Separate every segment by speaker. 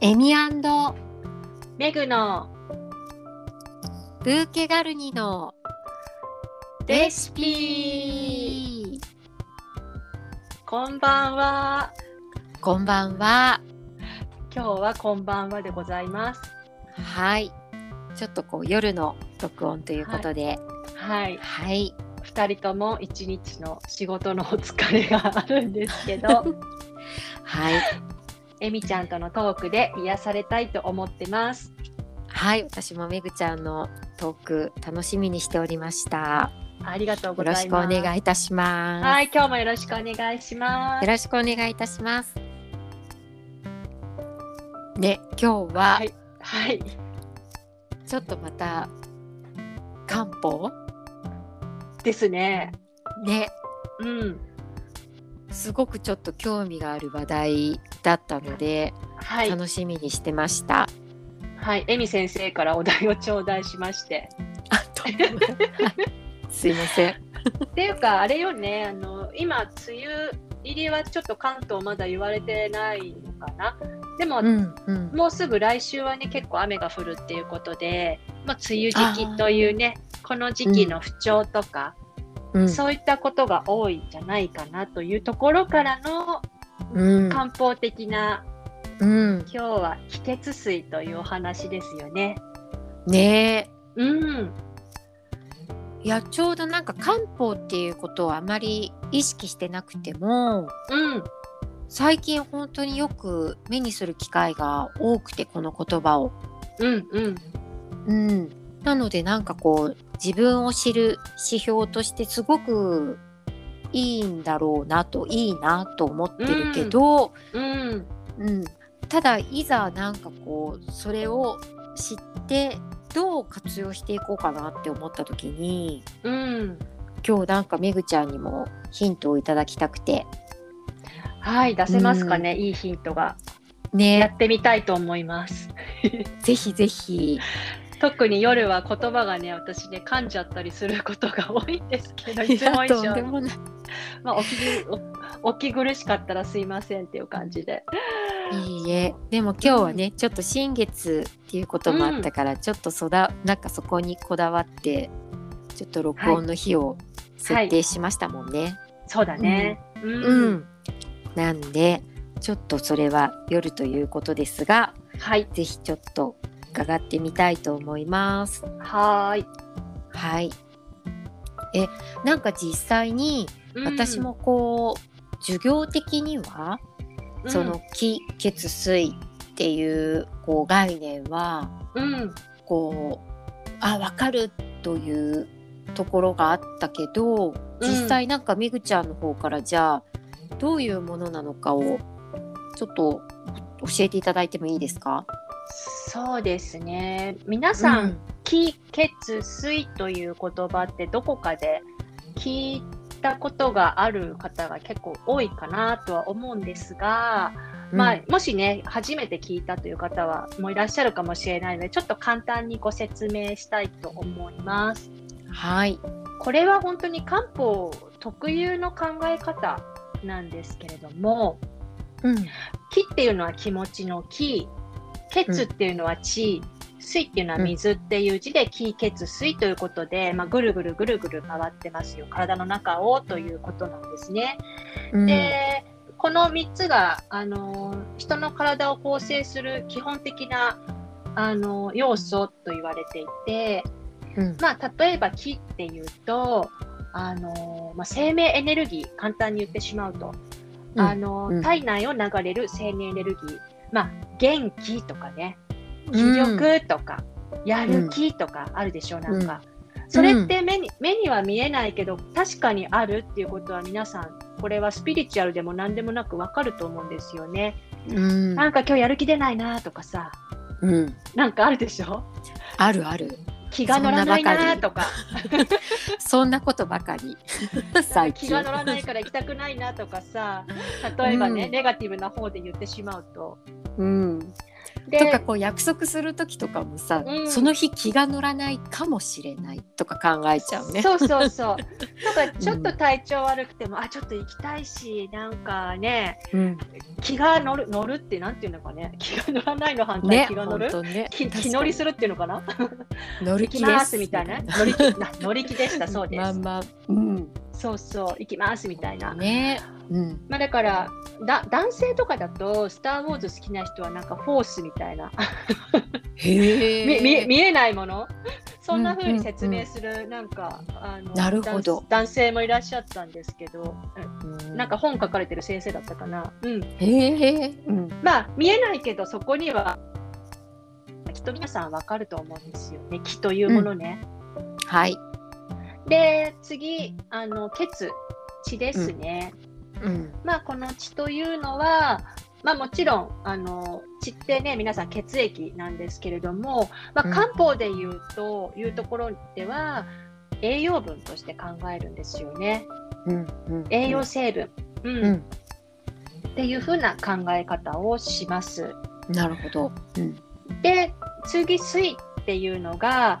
Speaker 1: エミ
Speaker 2: メグの
Speaker 1: ブーケガルニの
Speaker 2: レシピこんばんは
Speaker 1: こんばんは
Speaker 2: 今日はこんばんはでございます
Speaker 1: はいちょっとこう夜の録音ということで
Speaker 2: はい
Speaker 1: はい、
Speaker 2: 2人とも一日の仕事のお疲れがあるんですけど
Speaker 1: はい、
Speaker 2: えみちゃんとのトークで癒されたいと思ってます
Speaker 1: はい、私もめぐちゃんのトーク楽しみにしておりました。
Speaker 2: ありがとうご
Speaker 1: よろ
Speaker 2: ざい
Speaker 1: しくお
Speaker 2: ます
Speaker 1: 願いいたします。
Speaker 2: はい今日もよろしくお願いします
Speaker 1: よろしくお願いいたします。ね、今日は
Speaker 2: はいはい
Speaker 1: ちょっとまた漢方
Speaker 2: ですね
Speaker 1: ね、
Speaker 2: うん
Speaker 1: すごくちょっと興味がある話題だったので、
Speaker 2: はい
Speaker 1: 楽しみにしてま した。
Speaker 2: はいえみ先生からお題を頂戴しまして
Speaker 1: あとはいすいません。
Speaker 2: っていうかあれよねあの今梅雨入りはちょっと関東まだ言われてないのかなでも、
Speaker 1: うんうん。
Speaker 2: もうすぐ来週はね結構雨が降るっていうことで、まあ、梅雨時期というねこの時期の不調とか、
Speaker 1: うん
Speaker 2: そういったことが多いんじゃないかなというところからの
Speaker 1: うん
Speaker 2: 漢方的な、
Speaker 1: うん、
Speaker 2: 今日は気血水というお話ですよね。
Speaker 1: ねえ
Speaker 2: うん、
Speaker 1: いやちょうどなんか漢方っていうことをあまり意識してなくても
Speaker 2: うん、
Speaker 1: 最近本当によく目にする機会が多くてこの言葉を。
Speaker 2: うん、うん、
Speaker 1: うん、なのでなんかこう自分を知る指標としてすごくいいんだろうなといいなと思ってるけど、
Speaker 2: うん、
Speaker 1: うんただいざなんかこうそれを知ってどう活用していこうかなって思った時に
Speaker 2: うん。
Speaker 1: 今日なんかめぐちゃんにもヒントをいただきたくて
Speaker 2: はい、出せますかね、いいヒントが。や
Speaker 1: ね
Speaker 2: ってみたいと思います。
Speaker 1: ぜひぜひ
Speaker 2: 特に夜は言葉がね、私ね、噛んじゃったりすることが多いんですけど、いつも 以
Speaker 1: いやとんで
Speaker 2: 上に。
Speaker 1: もない
Speaker 2: まあ、お聞きおお聞き苦しかったらすいませんっていう感じで。
Speaker 1: いいえでも今日はね、ちょっと新月っていうこともあったから、ちょっとそだなんかそこにこだわってちょっと録音の日を設定しましたもんね。
Speaker 2: そうだね。うん。
Speaker 1: うん、なんでちょっとそれは夜ということですが
Speaker 2: はい。
Speaker 1: 是非ちょっと伺ってみたいと思います。
Speaker 2: はーい。
Speaker 1: はいえなんか実際に
Speaker 2: うん
Speaker 1: 私も、こう、授業的には
Speaker 2: うん
Speaker 1: その、気血水っていうこう概念は
Speaker 2: うん。
Speaker 1: こうあ分かるというところがあったけど
Speaker 2: うん
Speaker 1: 実際なんかみぐちゃんの方からじゃあどういうものなのかをちょっと教えていただいてもいいですか
Speaker 2: そうですね。皆さん、気・血・水という言葉ってどこかで聞いたことがある方が結構多いかなとは思うんですが、
Speaker 1: うん
Speaker 2: まあ、もしね初めて聞いたという方はもういらっしゃるかもしれないのでちょっと簡単にご説明したいと思います。
Speaker 1: はい
Speaker 2: これは本当に漢方特有の考え方なんですけれども
Speaker 1: うん
Speaker 2: 気っていうのは気持ちの気血っていうのは地、水っていうのは水っていう字で気血水ということで、まあ、ぐるぐるぐるぐる回ってますよ体の中をということなんですね。
Speaker 1: うん
Speaker 2: でこの3つが、あのー人の体を構成する基本的な、あのー要素と言われていて、
Speaker 1: うん
Speaker 2: まあ、例えば木っていうと、あのーまあ、生命エネルギー簡単に言ってしまうと、
Speaker 1: うん
Speaker 2: あのー
Speaker 1: うん
Speaker 2: 体内を流れる生命エネルギー、まあ、元気とかね気
Speaker 1: うん
Speaker 2: 力とか、やる気とかあるでしょなんか、
Speaker 1: ん
Speaker 2: それって目に目には見えないけど確かにあるっていうことは皆さんこれはスピリチュアルでも何でもなくわかると思うんですよね、
Speaker 1: うん
Speaker 2: なんか今日やる気出ないなとかさ
Speaker 1: うん
Speaker 2: なんかあるでしょ
Speaker 1: あるある
Speaker 2: 気が乗らないなとか
Speaker 1: そんなことばか り最近
Speaker 2: 気が乗らないから行きた くないなとかさ例えばね、
Speaker 1: うん
Speaker 2: ネガティブな方で言ってしまうと
Speaker 1: うんとか
Speaker 2: で、
Speaker 1: こう約束する時とかもさ、
Speaker 2: うん
Speaker 1: その日気が乗らないかもしれないとか考えちゃうね。
Speaker 2: そうそう そう。なんかちょっと体調悪くても、あ、ちょっと行きたいし、なんかね、
Speaker 1: うん、
Speaker 2: 気が乗る、乗るってなんていうのかね、気が乗らないの反対、
Speaker 1: ね
Speaker 2: 気が乗
Speaker 1: 本
Speaker 2: る
Speaker 1: 当ね
Speaker 2: 気
Speaker 1: 確か
Speaker 2: 気
Speaker 1: に
Speaker 2: 乗りするっていうのかな
Speaker 1: 乗り
Speaker 2: 行き
Speaker 1: 気で
Speaker 2: ます
Speaker 1: す
Speaker 2: みたいな。乗り 気、な乗り気でした、そうです。
Speaker 1: まあまあ、うん、
Speaker 2: そうそう、行きますみたいな。
Speaker 1: ね、うん、
Speaker 2: まあだからだ男性とかだと「スター・ウォーズ」好きな人はなんかフォースみたいな、
Speaker 1: へ
Speaker 2: み見え
Speaker 1: え。
Speaker 2: 見えないものそんな風に説明するなんか、あの
Speaker 1: なるほど
Speaker 2: 男男性もいらっしゃったんですけどうんなんか本書かれてる先生だったかな、うん、
Speaker 1: へえ、うん、
Speaker 2: まあ見えないけどそこにはきっと皆さんわかると思うんですよね気というものね。
Speaker 1: はい、
Speaker 2: で次あの血血ですね。
Speaker 1: うん、
Speaker 2: まあ、この血というのは、まあ、もちろんあの血ってね皆さん血液なんですけれども、まあ、
Speaker 1: うん
Speaker 2: 漢方でいうと、いうところでは栄養分として考えるんですよね
Speaker 1: うん、うん
Speaker 2: 栄養成分、うん
Speaker 1: うん
Speaker 2: っていうふうな考え方をします。
Speaker 1: なるほど。うん、
Speaker 2: で次水っていうのが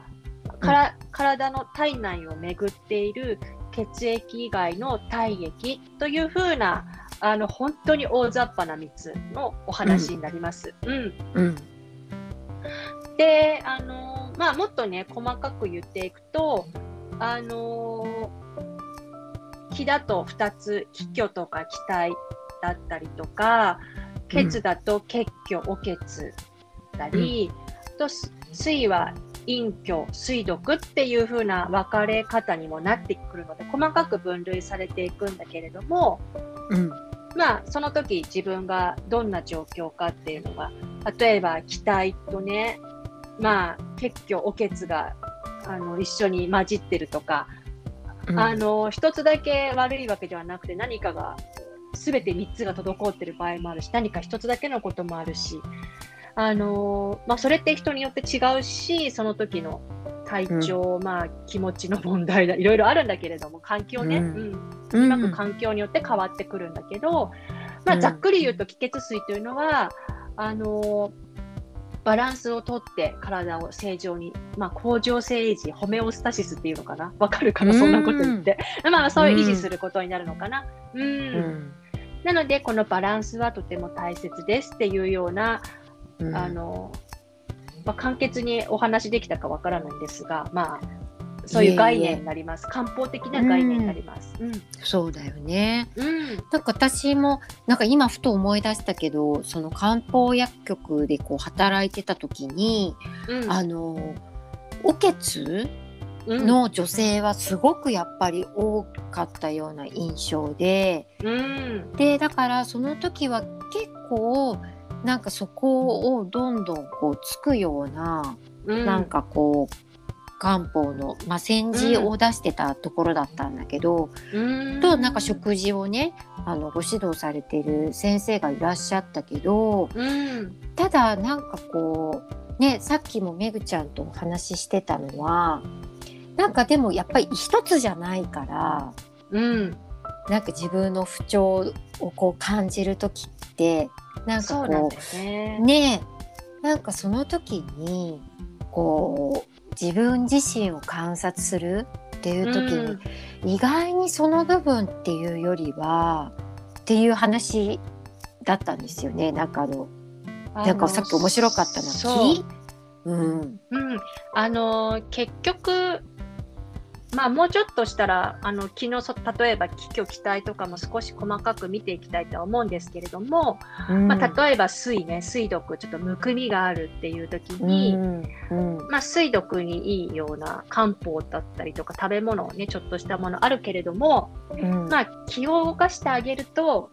Speaker 2: から、体の体内を巡っている血液以外の体液というふうなあの本当に大雑把な3つのお話になります。うん
Speaker 1: うん、
Speaker 2: であの、まあ、もっとね細かく言っていくとあの気だと2つ気虚とか気体だったりとか血だと血虚、お血だり、とす水は陰虚水毒っていう風な分かれ方にもなってくるので細かく分類されていくんだけれども、
Speaker 1: うん、
Speaker 2: まあ、その時自分がどんな状況かっていうのが例えば気体とね、まあ、結局おけつがあの一緒に混じってるとか、
Speaker 1: うん
Speaker 2: あの一つだけ悪いわけではなくて何かが全て3つが滞ってる場合もあるし何か一つだけのこともあるし、あのまあ、それって人によって違うしその時の体調、まあ、気持ちの問題だいろいろあるんだけれども環境ね。
Speaker 1: うん
Speaker 2: うん
Speaker 1: う
Speaker 2: まく
Speaker 1: ん
Speaker 2: 環境によって変わってくるんだけど、
Speaker 1: う
Speaker 2: まあ、
Speaker 1: ん
Speaker 2: ざっくり言うと気血水というのはあのバランスをとって体を正常に、まあ、向上性維持ホメオスタシスっていうのかなわかるかな
Speaker 1: うん
Speaker 2: そんなこと言って、まあそういう維持することになるのかな。うん
Speaker 1: うん
Speaker 2: なのでこのバランスはとても大切ですっていうような、
Speaker 1: うん
Speaker 2: あのまあ、簡潔にお話できたかわからないんですが、まあ、そういう概念になります漢方的な概念になります。うん
Speaker 1: そうだよね。
Speaker 2: うん
Speaker 1: なんか私もなんか今ふと思い出したけど、その漢方薬局でこう働いてた時に、
Speaker 2: うん
Speaker 1: あのおけつ
Speaker 2: うん
Speaker 1: の女性はすごくやっぱり多かったような印象で、
Speaker 2: うん、
Speaker 1: でだからその時は結構なんかそこをどんどんこうつくような
Speaker 2: な
Speaker 1: なん、かこう漢方の、まあ、煎じを出してたところだったんだけど、
Speaker 2: うん、
Speaker 1: となんか食事をねあのご指導されてる先生がいらっしゃったけど
Speaker 2: うん、
Speaker 1: ただなんかこうねさっきもめぐちゃんとお話ししてたのはなんかでもやっぱり一つじゃないから
Speaker 2: うん、
Speaker 1: なんか自分の不調をこう感じる時ってなんか
Speaker 2: そう
Speaker 1: こ
Speaker 2: なん
Speaker 1: う
Speaker 2: だよね。
Speaker 1: ねえなんかその時にこう自分自身を観察するっていう時に、意外にその部分っていうよりはっていう話だったんですよねなんかあのなんかさっき面白かったな
Speaker 2: そう
Speaker 1: 木、うん、
Speaker 2: うん、あの結局。まあもうちょっとしたらあの昨日そ例えば気虚気体とかも少し細かく見ていきたいとは思うんですけれども、
Speaker 1: うん
Speaker 2: まあ、例えば水ね水毒ちょっとむくみがあるっていう時に、
Speaker 1: うんうん
Speaker 2: まあ、水毒にいいような漢方だったりとか食べ物をねちょっとしたものあるけれども、
Speaker 1: うん
Speaker 2: まあ、気を動かしてあげると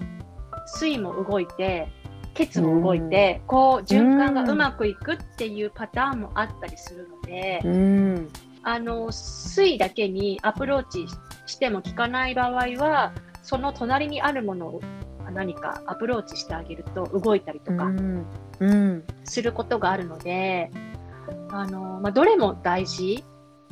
Speaker 2: 水も動いて血も動いて、こう循環がうまくいくっていうパターンもあったりするので、
Speaker 1: うん
Speaker 2: あの水だけにアプローチしても効かない場合はその隣にあるものを何かアプローチしてあげると動いたりと
Speaker 1: う
Speaker 2: か
Speaker 1: んうん
Speaker 2: することがあるので、あのまあ、どれも大事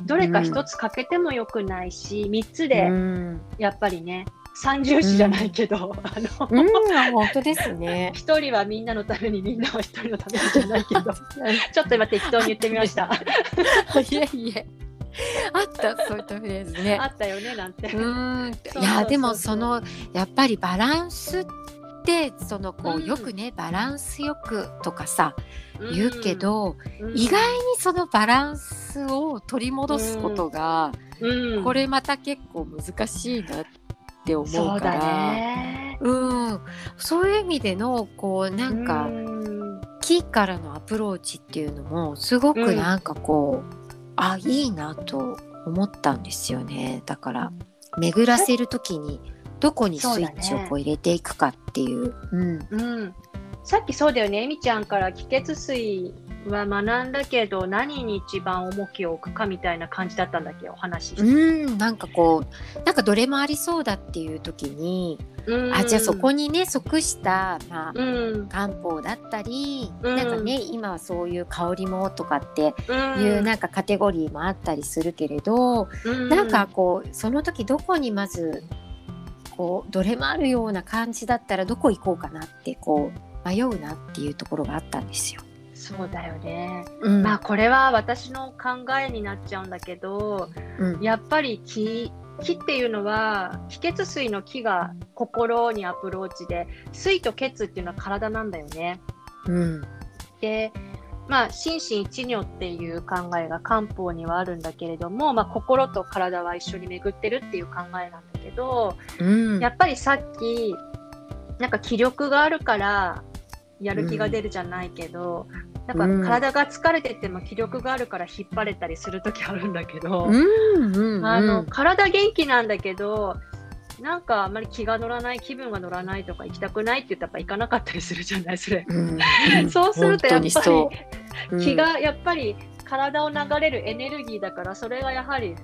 Speaker 2: どれか一つ欠けてもよくないし3つで
Speaker 1: うん
Speaker 2: やっぱりね三重視じゃないけど、あの、
Speaker 1: うん、本当です ね。
Speaker 2: 一人はみんなのためにみんなは一人のためにじゃないけ どちょっと今適当に言ってみました。
Speaker 1: いえいえ。あった、そういったフレーズね
Speaker 2: あ。ったよねなんて。
Speaker 1: うーん
Speaker 2: そう
Speaker 1: い
Speaker 2: そうそ
Speaker 1: や
Speaker 2: う
Speaker 1: でもそのやっぱりバランスってそのこう、
Speaker 2: うん
Speaker 1: よくねバランスよくとかさ
Speaker 2: うん
Speaker 1: 言うけ、ど、
Speaker 2: うん
Speaker 1: 意外にそのバランスを取り戻すことが、
Speaker 2: うん
Speaker 1: これまた結構難しいなって思
Speaker 2: そうう
Speaker 1: か
Speaker 2: だ
Speaker 1: ら。
Speaker 2: ね。
Speaker 1: うん、そういう意味でのこうなんか、
Speaker 2: うん
Speaker 1: 木からのアプローチっていうのもすごくなんかこう、あいいなと思ったんですよねだから巡らせる時にどこにスイッチをこう入れていくかっていう。うん
Speaker 2: うん、さっきそうだよね、えみちゃんから気血水は学んだけど、何に一番重きを置くかみたいな感じだったんだっけ、お話しして。
Speaker 1: うん、なんかこうなんかどれもありそうだっていう時に、
Speaker 2: うん
Speaker 1: あじゃあそこにね即した、まあ
Speaker 2: うん、
Speaker 1: 漢方だったり、
Speaker 2: うん
Speaker 1: なんかね今はそういう香りもとかって
Speaker 2: うん
Speaker 1: いうなんかカテゴリーもあったりするけれど、
Speaker 2: うん
Speaker 1: なんかこうその時どこにまずこうどれもあるような感じだったらどこ行こうかなってこう迷うなっていうところがあったんですよ。
Speaker 2: そうだよね。
Speaker 1: うん
Speaker 2: まあ、これは私の考えになっちゃうんだけど、
Speaker 1: うん
Speaker 2: やっぱり気気っていうのは気血水の気が心にアプローチで水と血っていうのは体なんだよね。
Speaker 1: うん
Speaker 2: でまあ心身一如っていう考えが漢方にはあるんだけれども、まあ、心と体は一緒に巡ってるっていう考えなんだけど
Speaker 1: うん
Speaker 2: やっぱりさっきなんか気力があるからやる気が出るじゃないけど、なんか体が疲れてても気力があるから引っ張れたりする時あるんだけど。
Speaker 1: うんうん
Speaker 2: あの体元気なんだけどなんかあんまり気が乗らない気分が乗らないとか行きたくないって言ったらやっぱ行かなかったりするじゃないそれ、
Speaker 1: うん
Speaker 2: そうするとやっぱり
Speaker 1: 本当にそ
Speaker 2: 気がやっぱり体を流れるエネルギーだからそれがやはり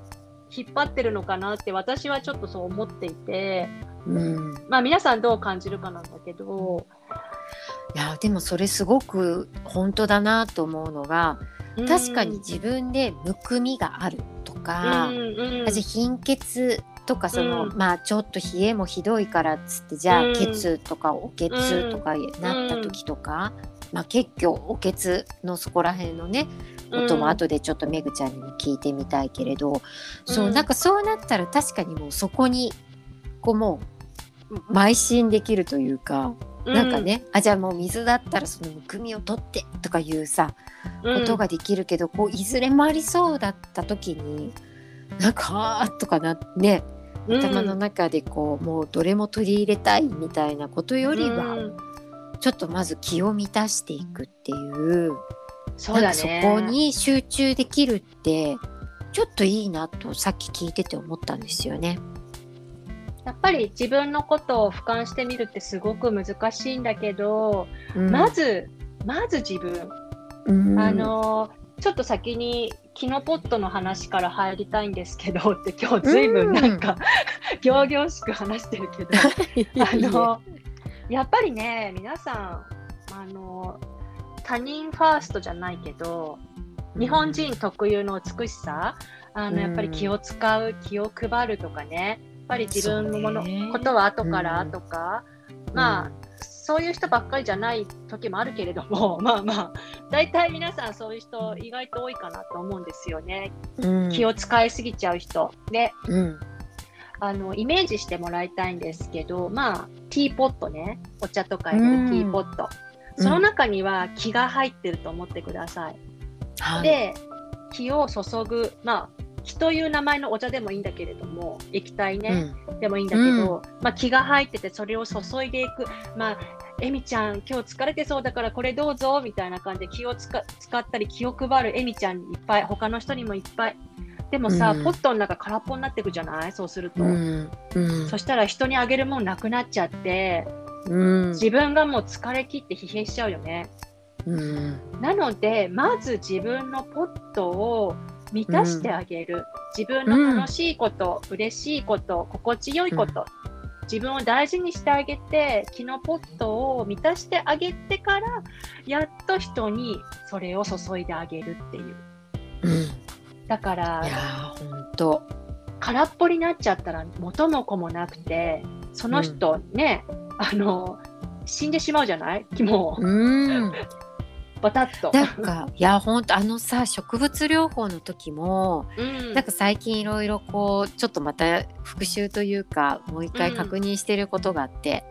Speaker 2: 引っ張ってるのかなって私はちょっとそう思っていて
Speaker 1: うんうん
Speaker 2: まあ皆さんどう感じるかなんだけど、
Speaker 1: いやでもそれすごく本当だなと思うのが
Speaker 2: うん
Speaker 1: 確かに自分でむくみがあるとか。
Speaker 2: うんうん
Speaker 1: 私貧血とかその、
Speaker 2: うん
Speaker 1: まあちょっと冷えもひどいからっつってじゃ
Speaker 2: うん
Speaker 1: あ血とかお血とかなった時とか、まあ結局お血のそこら辺のねことも後でちょっとめぐちゃんにも聞いてみたいけれど、そう
Speaker 2: うん
Speaker 1: なんかそうなったら確かにもうそこにこうもう邁進できるというか、なんか、ねあじゃあもう水だったらそのむくみを取ってとかいうさ
Speaker 2: うん
Speaker 1: ことができるけど、こういずれもありそうだった時になんかあーっとかなね
Speaker 2: うん
Speaker 1: 頭の中でこうもうどれも取り入れたいみたいなことよりは、
Speaker 2: うん
Speaker 1: ちょっとまず気を満たしていくっていう
Speaker 2: そうだ
Speaker 1: なんかそ
Speaker 2: ね
Speaker 1: こに集中できるってちょっといいなとさっき聞いてて思ったんですよね。
Speaker 2: やっぱり自分のことを俯瞰してみるってすごく難しいんだけど、
Speaker 1: うん
Speaker 2: まずまず自分、
Speaker 1: うん
Speaker 2: あのちょっと先にキノポットの話から入りたいんですけどって今日ずいぶんなんか、 仰々しく話してるけどあのやっぱりね皆さんあの他人ファーストじゃないけど日本人特有の美しさあ
Speaker 1: うん
Speaker 2: のやっぱり気を使う気を配るとかねやっぱり自分のもの、
Speaker 1: そうね
Speaker 2: ことは後から
Speaker 1: うん
Speaker 2: とか、まあそういう人ばっかりじゃない時もあるけれども まあまあ大体皆さんそういう人意外と多いかなと思うんですよね
Speaker 1: うん
Speaker 2: 気を使いすぎちゃう人で
Speaker 1: うん
Speaker 2: あのイメージしてもらいたいんですけどまあティーポットねお茶とか入れるティーポット、
Speaker 1: うん
Speaker 2: その中には気が入ってると思ってください。
Speaker 1: はい
Speaker 2: で気を注ぐまあ気という名前のお茶でもいいんだけれども液体ね、でもいいんだけど、まあ、気が入っててそれを注いでいく、まあ、えみちゃん今日疲れてそうだからこれどうぞみたいな感じで気をつか使ったり気を配るえみちゃんにいっぱい他の人にもいっぱいでもさ、
Speaker 1: うん
Speaker 2: ポットの中空っぽになってくじゃないそうすると、
Speaker 1: うんうんうん
Speaker 2: そしたら人にあげるもんなくなっちゃって
Speaker 1: うん
Speaker 2: 自分がもう疲れ切って疲弊しちゃうよね
Speaker 1: うん
Speaker 2: なのでまず自分のポットを満たしてあげる、自分の楽しいこと、嬉しいこと心地よいこと、自分を大事にしてあげて気のポットを満たしてあげてからやっと人にそれを注いであげるっていう
Speaker 1: うんい
Speaker 2: だか
Speaker 1: や
Speaker 2: ら
Speaker 1: ーほんと
Speaker 2: 空っぽになっちゃったら元も子もなくてその人ね、あの死んでしまうじゃないも
Speaker 1: うん、
Speaker 2: うバタッと。
Speaker 1: なんかいや本当あのさ植物療法の時も
Speaker 2: うん
Speaker 1: なんか最近いろいろこうちょっとまた復習というかもう一回確認してることがあって、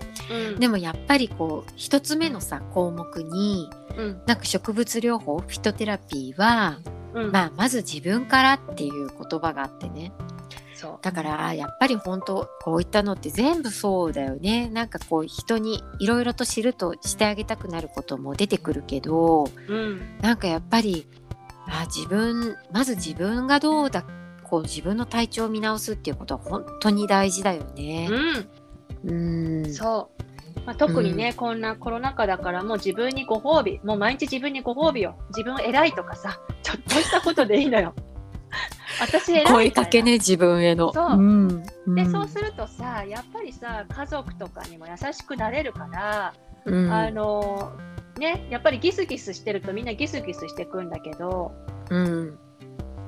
Speaker 2: うん
Speaker 1: でもやっぱりこう一つ目のさ項目に
Speaker 2: うん
Speaker 1: なんか植物療法フィトテラピーは、
Speaker 2: うん
Speaker 1: まあ、まず自分からっていう言葉があってね
Speaker 2: そう
Speaker 1: だからあやっぱり本当こういったのって全部そうだよねなんかこう人にいろいろと知るとしてあげたくなることも出てくるけど、
Speaker 2: うん
Speaker 1: なんかやっぱりあ自分まず自分がどうだこう自分の体調を見直すっていうことは本当に大事だよね。う
Speaker 2: う
Speaker 1: ん
Speaker 2: ん、そう、まあ、特にね、こんなコロナ禍だからもう自分にご褒美もう毎日自分にご褒美よ自分偉いとかさちょっとしたことでいいのよ 私偉いみたいな
Speaker 1: 声かけね自分への。
Speaker 2: そうんでそうするとさやっぱりさ家族とかにも優しくなれるから、
Speaker 1: うん
Speaker 2: あのねやっぱりギスギスしてるとみんなギスギスしてくんだけど
Speaker 1: うん、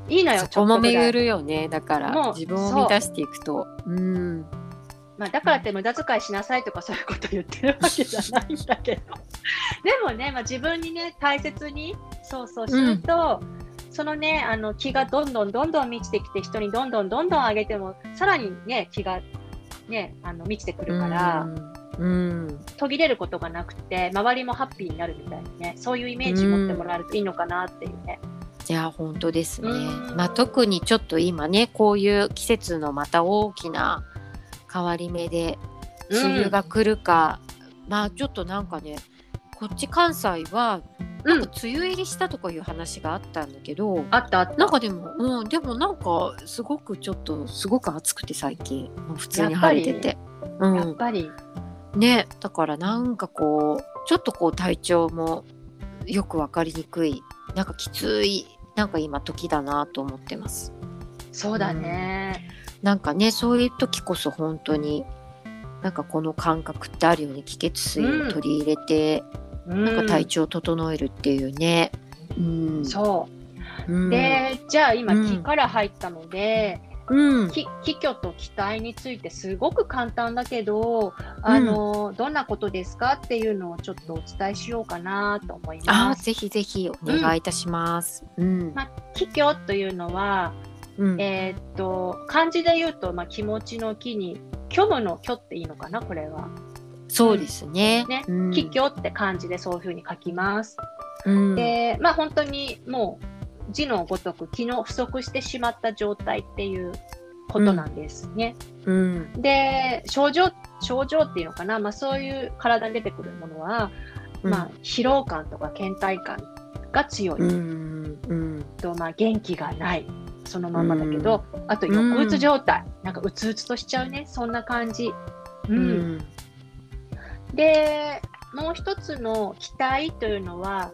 Speaker 2: いいのよ
Speaker 1: そこも
Speaker 2: ちょっとぐらい
Speaker 1: 巡るよねだから
Speaker 2: もう
Speaker 1: 自分を満たしていくと。うん
Speaker 2: まあ、だからって無駄遣いしなさいとかそういうこと言ってるわけじゃないんだけど でもね、まあ、自分にね大切にそうそうすると、そのねあの気がどんどんどんどん満ちてきて人にどんどんどんどん上げてもさらにね気がねあの満ちてくるから、
Speaker 1: うん
Speaker 2: 途切れることがなくて周りもハッピーになるみたいなねそういうイメージ持ってもらえるといいのかなっていうね。
Speaker 1: いや本当ですね、
Speaker 2: うん
Speaker 1: まあ、特にちょっと今ねこういう季節のまた大きな変わり目で
Speaker 2: うん
Speaker 1: 梅雨が来るか、まあちょっとなんかねこっち関西は
Speaker 2: う
Speaker 1: 梅
Speaker 2: ん、
Speaker 1: 雨入りしたとかいう話があったんだけど、
Speaker 2: あったあった
Speaker 1: なんかでも、うん、でもなんかすごくちょっとすごく暑くて最近もう普通に晴れてて、う
Speaker 2: やっ
Speaker 1: ん、
Speaker 2: ぱり、
Speaker 1: ねだからなんかこうちょっとこう体調もよく分かりにくいなんかきついなんか今時だなと思ってます
Speaker 2: そうだね。
Speaker 1: なんかねそういう時こそ本当になんかこの感覚ってあるよね気血水を取り入れて、
Speaker 2: な
Speaker 1: なんか体調を整えるっていうねうん、
Speaker 2: そう
Speaker 1: うん、
Speaker 2: で、じゃあ今、
Speaker 1: うん
Speaker 2: 木から入ったので、
Speaker 1: うん
Speaker 2: き気虚と気体についてすごく簡単だけど、あの、どんなことですかっていうのをちょっとお伝えしようかなと思い
Speaker 1: あ
Speaker 2: ま
Speaker 1: ー
Speaker 2: す。
Speaker 1: ぜひぜひお願いいたしますうん
Speaker 2: まあ、気虚というのは、
Speaker 1: うん
Speaker 2: えーっと、漢字で言うと、まあ、気持ちの気に、虚無の虚っていいのかな、これは。
Speaker 1: そうですね
Speaker 2: ね
Speaker 1: うん
Speaker 2: 気虚って漢字でそういうふうに書きます。
Speaker 1: うん
Speaker 2: で、まあ本当にもう字のごとく気の不足してしまった状態っていうことなんですね。
Speaker 1: うん
Speaker 2: で症状症状っていうのかな、まあ、そういう体に出てくるものは、まあ、疲労感とか倦怠感が強い、
Speaker 1: うんうん
Speaker 2: とまあ、元気がないそのまんまだけど、あと抑うつ状態、なんかうつうつとしちゃうねそんな感じ、
Speaker 1: う
Speaker 2: う
Speaker 1: んん
Speaker 2: でもう一つの「期待」というのは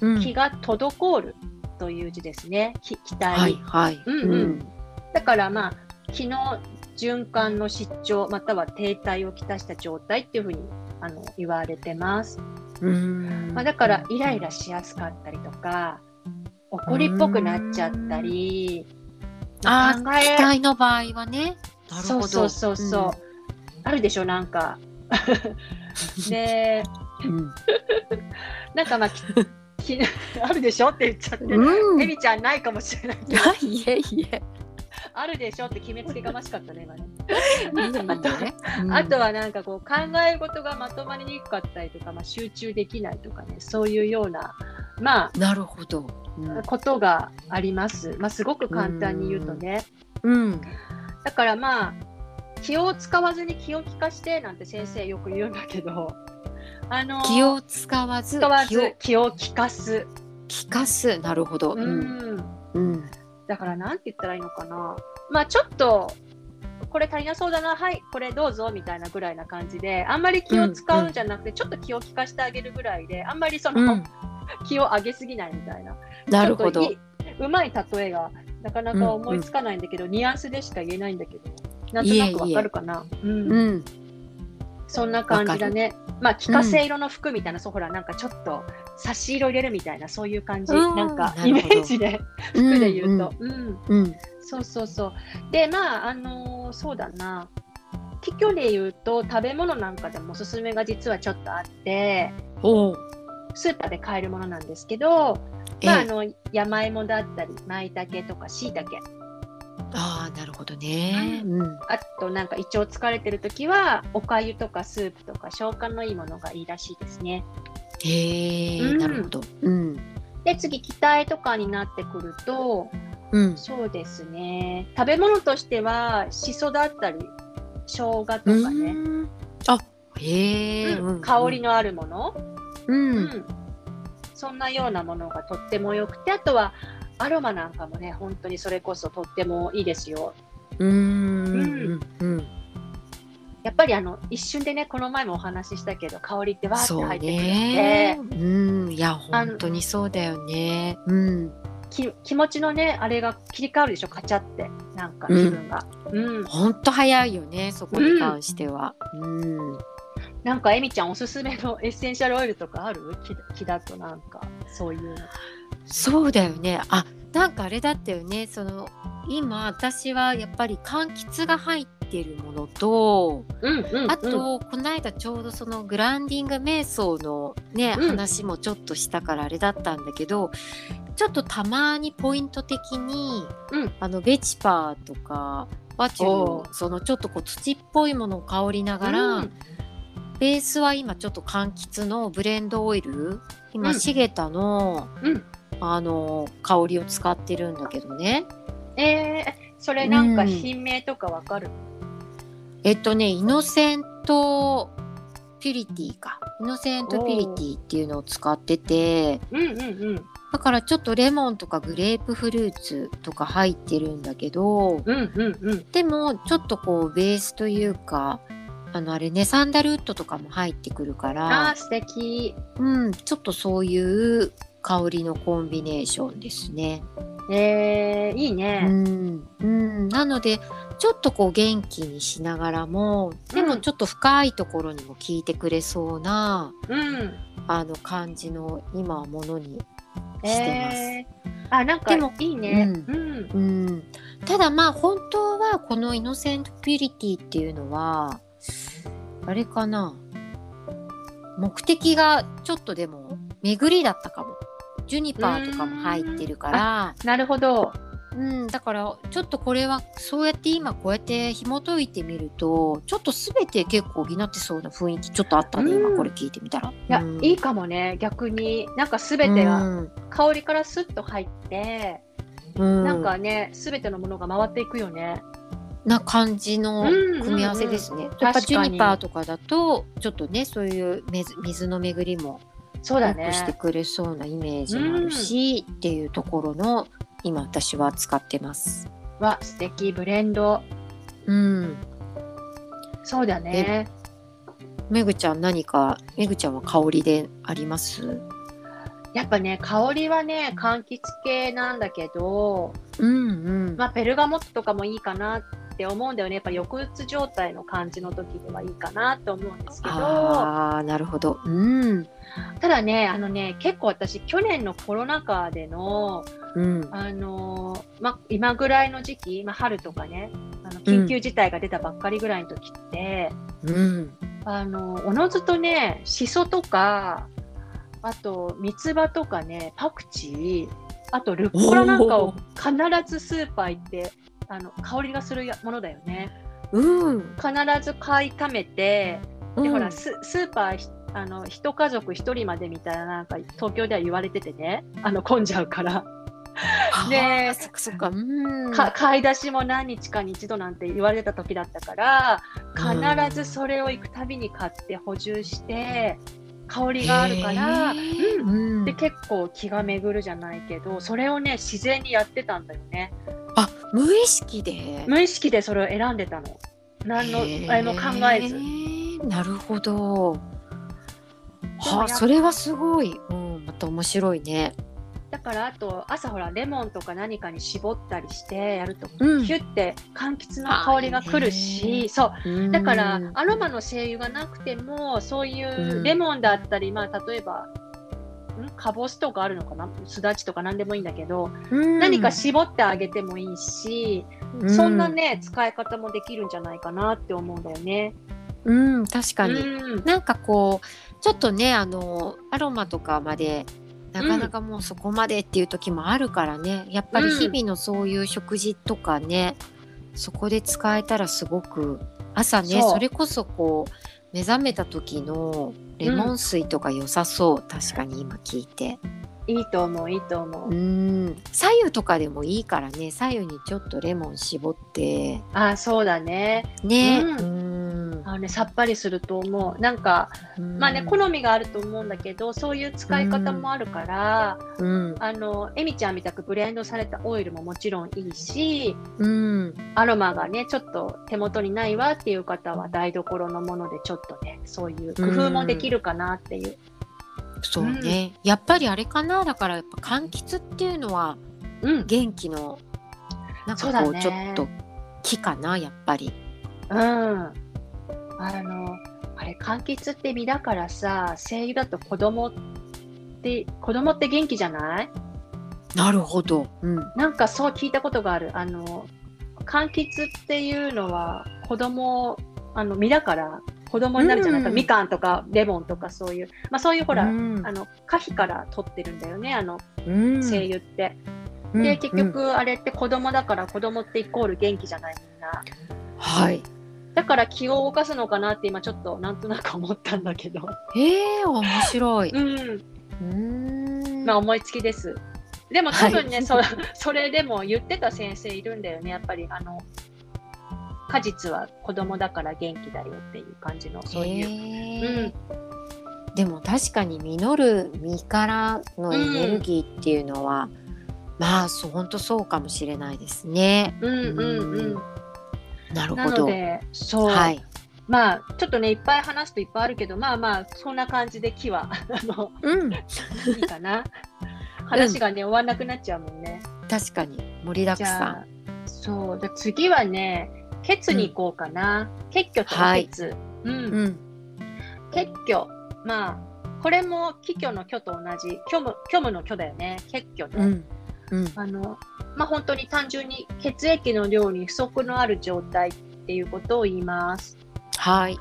Speaker 1: うん
Speaker 2: 気が滞るという字ですね気期待、
Speaker 1: はいはい。
Speaker 2: うんうんだからまあ気の循環の失調または停滞をきたした状態っていうふうにあの言われてます
Speaker 1: うん
Speaker 2: まあ、だからイライラしやすかったりとか怒りっぽくなっちゃったり
Speaker 1: あー
Speaker 2: 考
Speaker 1: 期
Speaker 2: え
Speaker 1: 待の場合はね。なるほ
Speaker 2: そう
Speaker 1: ど。
Speaker 2: そうそうそう、あるでしょなんか で
Speaker 1: うん。
Speaker 2: なんかまあきき あるでしょって言っちゃって、
Speaker 1: うん。
Speaker 2: エミちゃんないかもしれないけど
Speaker 1: あいえいえ。
Speaker 2: あるでしょって決めつけがましかったね今ね、
Speaker 1: あ
Speaker 2: あとあとはなんかこう考え事がまとまりにくかったりとか、まあ、集中できないとかねそういうようなまあ
Speaker 1: なるほど。うん
Speaker 2: ことがあります、まあ、すごく簡単に言うとね、
Speaker 1: うん。
Speaker 2: だからまあ気を使わずに気を利かしてなんて先生よく言うんだけどあの
Speaker 1: 気を使わず
Speaker 2: 使わ
Speaker 1: 気を
Speaker 2: ず気を利かす、
Speaker 1: 利かす。なるほど。
Speaker 2: う
Speaker 1: うん
Speaker 2: ん
Speaker 1: うん。
Speaker 2: だからなんて言ったらいいのかなまあちょっとこれ足りなそうだなはいこれどうぞみたいなぐらいな感じであんまり気を使うんじゃなくて、ちょっと気を利かしてあげるぐらいであんまりその、
Speaker 1: うん。
Speaker 2: 気を上げすぎないみたいな
Speaker 1: なるほ
Speaker 2: ちょっ
Speaker 1: ど
Speaker 2: とい。いうまい例えがなかなか思いつかないんだけど、ニュアンスでしか言えないんだけどなんとなくわかるかなうん
Speaker 1: うん。
Speaker 2: そんな感じだね。まあ、着火性色の服みたいな、そうほら、なんかちょっと差し色入れるみたいな、そういう感じ、
Speaker 1: うん
Speaker 2: なんか
Speaker 1: なる
Speaker 2: イ
Speaker 1: ほ
Speaker 2: メ
Speaker 1: ど
Speaker 2: ージで、服で言うと、うん
Speaker 1: うん。うん。
Speaker 2: そうそうそう。で、まあ、あのーそうだな、気虚で言うと食べ物なんかでもおすすめが実はちょっとあって
Speaker 1: おう
Speaker 2: スーパーで買えるものなんですけど、
Speaker 1: ええ
Speaker 2: まあ、あの山芋だったり舞茸とか椎茸
Speaker 1: ああなるほどね。うん、
Speaker 2: あとなんか胃腸疲れてる時はおかゆとかスープとか消化のいいものがいいらしいですね。
Speaker 1: へえ、
Speaker 2: うん
Speaker 1: なるほど。うん
Speaker 2: で次北へとかになってくると
Speaker 1: うん
Speaker 2: そうですね食べ物としてはしそだったり生姜とかね、
Speaker 1: うんあへえ、
Speaker 2: うん
Speaker 1: うん
Speaker 2: 香りのあるもの、
Speaker 1: うん、
Speaker 2: うんそんなようなものがとってもよくてあとはアロマなんかもね本当にそれこそとってもいいですよ
Speaker 1: うーんうん
Speaker 2: やっぱりあの一瞬でねこの前もお話ししたけど香りって
Speaker 1: うん、
Speaker 2: わーっ
Speaker 1: そ
Speaker 2: て
Speaker 1: う
Speaker 2: 入ってくるんで
Speaker 1: ね。うん、いや本当にそうだよね。うん、
Speaker 2: き気持ちのねあれが切り替わるでしょカチャってなんか気分が、うん
Speaker 1: 本当早いよねそこに関しては。うん、
Speaker 2: なんかえみちゃんおすすめのエッセンシャルオイルとかある木木だとなんかそういう
Speaker 1: そうだよね。あなんかあれだったよね。その今私はやっぱり柑橘が入ってるものと、
Speaker 2: うんうん、
Speaker 1: あと、この間ちょうどそのグランディング瞑想のね、
Speaker 2: うん
Speaker 1: 話もちょっとしたからあれだったんだけどちょっとたまにポイント的に、
Speaker 2: うん
Speaker 1: あのベチパーとかワチュ
Speaker 2: お
Speaker 1: のそのちょっとこう土っぽいものを香りながら、
Speaker 2: うん
Speaker 1: ベースは今ちょっと柑橘のブレンドオイル
Speaker 2: う
Speaker 1: 今
Speaker 2: ん
Speaker 1: シゲタの、
Speaker 2: うん
Speaker 1: あの香りを使ってるんだけどね
Speaker 2: えー、それなんか
Speaker 1: うん
Speaker 2: 品名とかわかる、
Speaker 1: えっとねイノセントピュリティかイノセントピュリティっていうのを使ってて
Speaker 2: うん、うんうん
Speaker 1: だからちょっとレモンとかグレープフルーツとか入ってるんだけど
Speaker 2: うんうんうん
Speaker 1: でもちょっとこうベースというかあのあれねサンダルウッドとかも入ってくるか
Speaker 2: あ
Speaker 1: ら
Speaker 2: ー、素敵
Speaker 1: うん、ちょっとそういう香りのコンビネーションですね。
Speaker 2: えー、いいね、
Speaker 1: うんうん、なのでちょっとこう元気にしながらもでも
Speaker 2: うん
Speaker 1: ちょっと深いところにも効いてくれそうな、
Speaker 2: うん
Speaker 1: あの感じの今はものにしてます。
Speaker 2: えー、あなんか
Speaker 1: でも
Speaker 2: いいね
Speaker 1: う
Speaker 2: うん
Speaker 1: うん、ただまあ本当はこのイノセントピュリティっていうのはあれかな目的がちょっとでも巡りだったかもジュニパーとかも入ってるから
Speaker 2: なるほど
Speaker 1: うん、だからちょっとこれはそうやって今こうやって紐解いてみるとちょっと全て結構補ってそうな雰囲気ちょっとあったね、
Speaker 2: うん
Speaker 1: 今これ聞いてみたら。
Speaker 2: いや、
Speaker 1: うん
Speaker 2: いいかもね逆になんか全てが
Speaker 1: うん
Speaker 2: 香りからスッと入って、
Speaker 1: うん
Speaker 2: なんかね全てのものが回っていくよね
Speaker 1: な感じの組み合わせですね。やっぱ
Speaker 2: 確
Speaker 1: ジ
Speaker 2: か
Speaker 1: ュ
Speaker 2: に
Speaker 1: ニパーとかだとちょっとねそういう水水の巡りも
Speaker 2: そうだ
Speaker 1: 良くして
Speaker 2: ね
Speaker 1: くれそうなイメージもあるし、っていうところの今私は使ってます。
Speaker 2: わ素敵ブレンド
Speaker 1: うん、
Speaker 2: そうだね
Speaker 1: めぐちゃん何かめぐちゃんは香りであります？
Speaker 2: やっぱね香りはね柑橘系なんだけど、
Speaker 1: うんうん。
Speaker 2: まあ、ペルガモットとかもいいかなって思うんだよねやっぱ抑うつ状態の感じの時にはいいかなって思うんですけど
Speaker 1: ああなるほど。うん
Speaker 2: ただねあのね結構私去年のコロナ禍での
Speaker 1: うん
Speaker 2: あのーま、今ぐらいの時期、ま、春とかねあの緊急事態が出たばっかりぐらいの時って、
Speaker 1: うん。
Speaker 2: あのおのずとねしそとかあと三つ葉とかねパクチーあとルッコラなんか
Speaker 1: お
Speaker 2: を必ずスーパー行ってあの香りがするやものだよね
Speaker 1: うん。
Speaker 2: 必ず買いためて
Speaker 1: う
Speaker 2: で
Speaker 1: ん
Speaker 2: ほらススーパーひあの一家族一人までみたいななんか東京では言われててねあの混んじゃうから。
Speaker 1: あーそっかそっか。うん。
Speaker 2: か買い出しも何日かに一度なんて言われてた時だったから必ずそれを行くたびに買って補充して香りがあるから、
Speaker 1: へー
Speaker 2: うん、
Speaker 1: うん
Speaker 2: で結構気が巡るじゃないけどそれをね自然にやってたんだよね
Speaker 1: あ無意識で。
Speaker 2: 無意識でそれを選んでたの何の
Speaker 1: へー
Speaker 2: あれも考えず。
Speaker 1: なるほど。
Speaker 2: もや
Speaker 1: は
Speaker 2: っ
Speaker 1: あ、それはすごい。うん、また面白いね。
Speaker 2: だからあと朝ほらレモンとか何かに絞ったりしてやると
Speaker 1: うん
Speaker 2: ヒュッて柑橘の香りがくる
Speaker 1: あいい
Speaker 2: し、
Speaker 1: ね
Speaker 2: そうだから
Speaker 1: うん
Speaker 2: アロマの精油がなくてもそういううんレモンだったり、まあ、例えばんかぼすとかあるのかなすだちとか何でもいいんだけど、
Speaker 1: うん
Speaker 2: 何か絞ってあげてもいいし、そんな、ね使い方もできるんじゃないかなって思うんだよね。
Speaker 1: うんうん、確かに、
Speaker 2: うん
Speaker 1: なんかこうちょっとねあのアロマとかまでなかなかもうそこまでっていう時もあるからね、やっぱり日々のそういう食事とかね、そこで使えたらすごく朝ね
Speaker 2: そ
Speaker 1: そうれこそこう目覚めた時のレモン水とか良さそう、確かに今聞いて
Speaker 2: いいと思ういいと思う。
Speaker 1: うん左右とかでもいいからね左右にちょっとレモン絞って
Speaker 2: あそうだね
Speaker 1: ね
Speaker 2: う
Speaker 1: うん
Speaker 2: あのねさっぱりすると思う。なんかまあね好みがあると思うんだけどそういう使い方もあるから、
Speaker 1: うん
Speaker 2: あのエミちゃんみたくブレンドされたオイルももちろんいいし
Speaker 1: うん
Speaker 2: アロマがねちょっと手元にないわっていう方は台所のものでちょっとねそういう工夫もできるかなっていう。
Speaker 1: そうね、やっぱりあれかなだからやっぱ柑橘っていうのは
Speaker 2: うん、
Speaker 1: 元気のなん
Speaker 2: そう
Speaker 1: か
Speaker 2: だ
Speaker 1: こう
Speaker 2: ね
Speaker 1: ちょっと木かな、やっぱり
Speaker 2: うん、あのあれ柑橘って実だからさ精油だと子供って子供って元気じゃない
Speaker 1: なるほど、うん、
Speaker 2: なんかそう聞いたことがあるあの柑橘っていうのは子供あの実だから子供になるじゃないか、
Speaker 1: うん
Speaker 2: みかんとかレモンとかそういう、まあ、そういうほら、
Speaker 1: うん
Speaker 2: あの花皮から取ってるんだよねあの
Speaker 1: うん
Speaker 2: 精油って、
Speaker 1: うん
Speaker 2: で結
Speaker 1: うん
Speaker 2: 局あれって子供だから子供ってイコール元気じゃないみんな
Speaker 1: はい
Speaker 2: だから気を動かすのかなって今ちょっとなんとなく思ったんだけど
Speaker 1: えー、面白い
Speaker 2: うん
Speaker 1: うん
Speaker 2: まあ思いつきですでも多分ね、
Speaker 1: はい
Speaker 2: そそれでも言ってた先生いるんだよねやっぱりあの果実は子供だから元気だよっていう感じのそういう、
Speaker 1: えーでも確かに実る実からのエネルギーっていうのは、まあそう本当そうかもしれないですね
Speaker 2: うん、うんうんうん
Speaker 1: なる
Speaker 2: な
Speaker 1: ほ
Speaker 2: の
Speaker 1: ど
Speaker 2: でそう、
Speaker 1: はい
Speaker 2: まあちょっとねいっぱい話すといっぱいあるけどまあまあそんな感じで木は あの
Speaker 1: うん
Speaker 2: いいかな話がね終わんなくなっちゃうもんね
Speaker 1: 確かに盛りだく
Speaker 2: じ
Speaker 1: さん
Speaker 2: ゃあそうじゃあ次はねケツに行こうかな、結挙とかケツ、うん
Speaker 1: うん、
Speaker 2: 結挙まあこれも気虚の虚と同じ虚無虚無の虚だよね結挙と、
Speaker 1: うん、うん、
Speaker 2: あのまあ本当に単純に血液の量に不足のある状態っていうことを言います
Speaker 1: はい、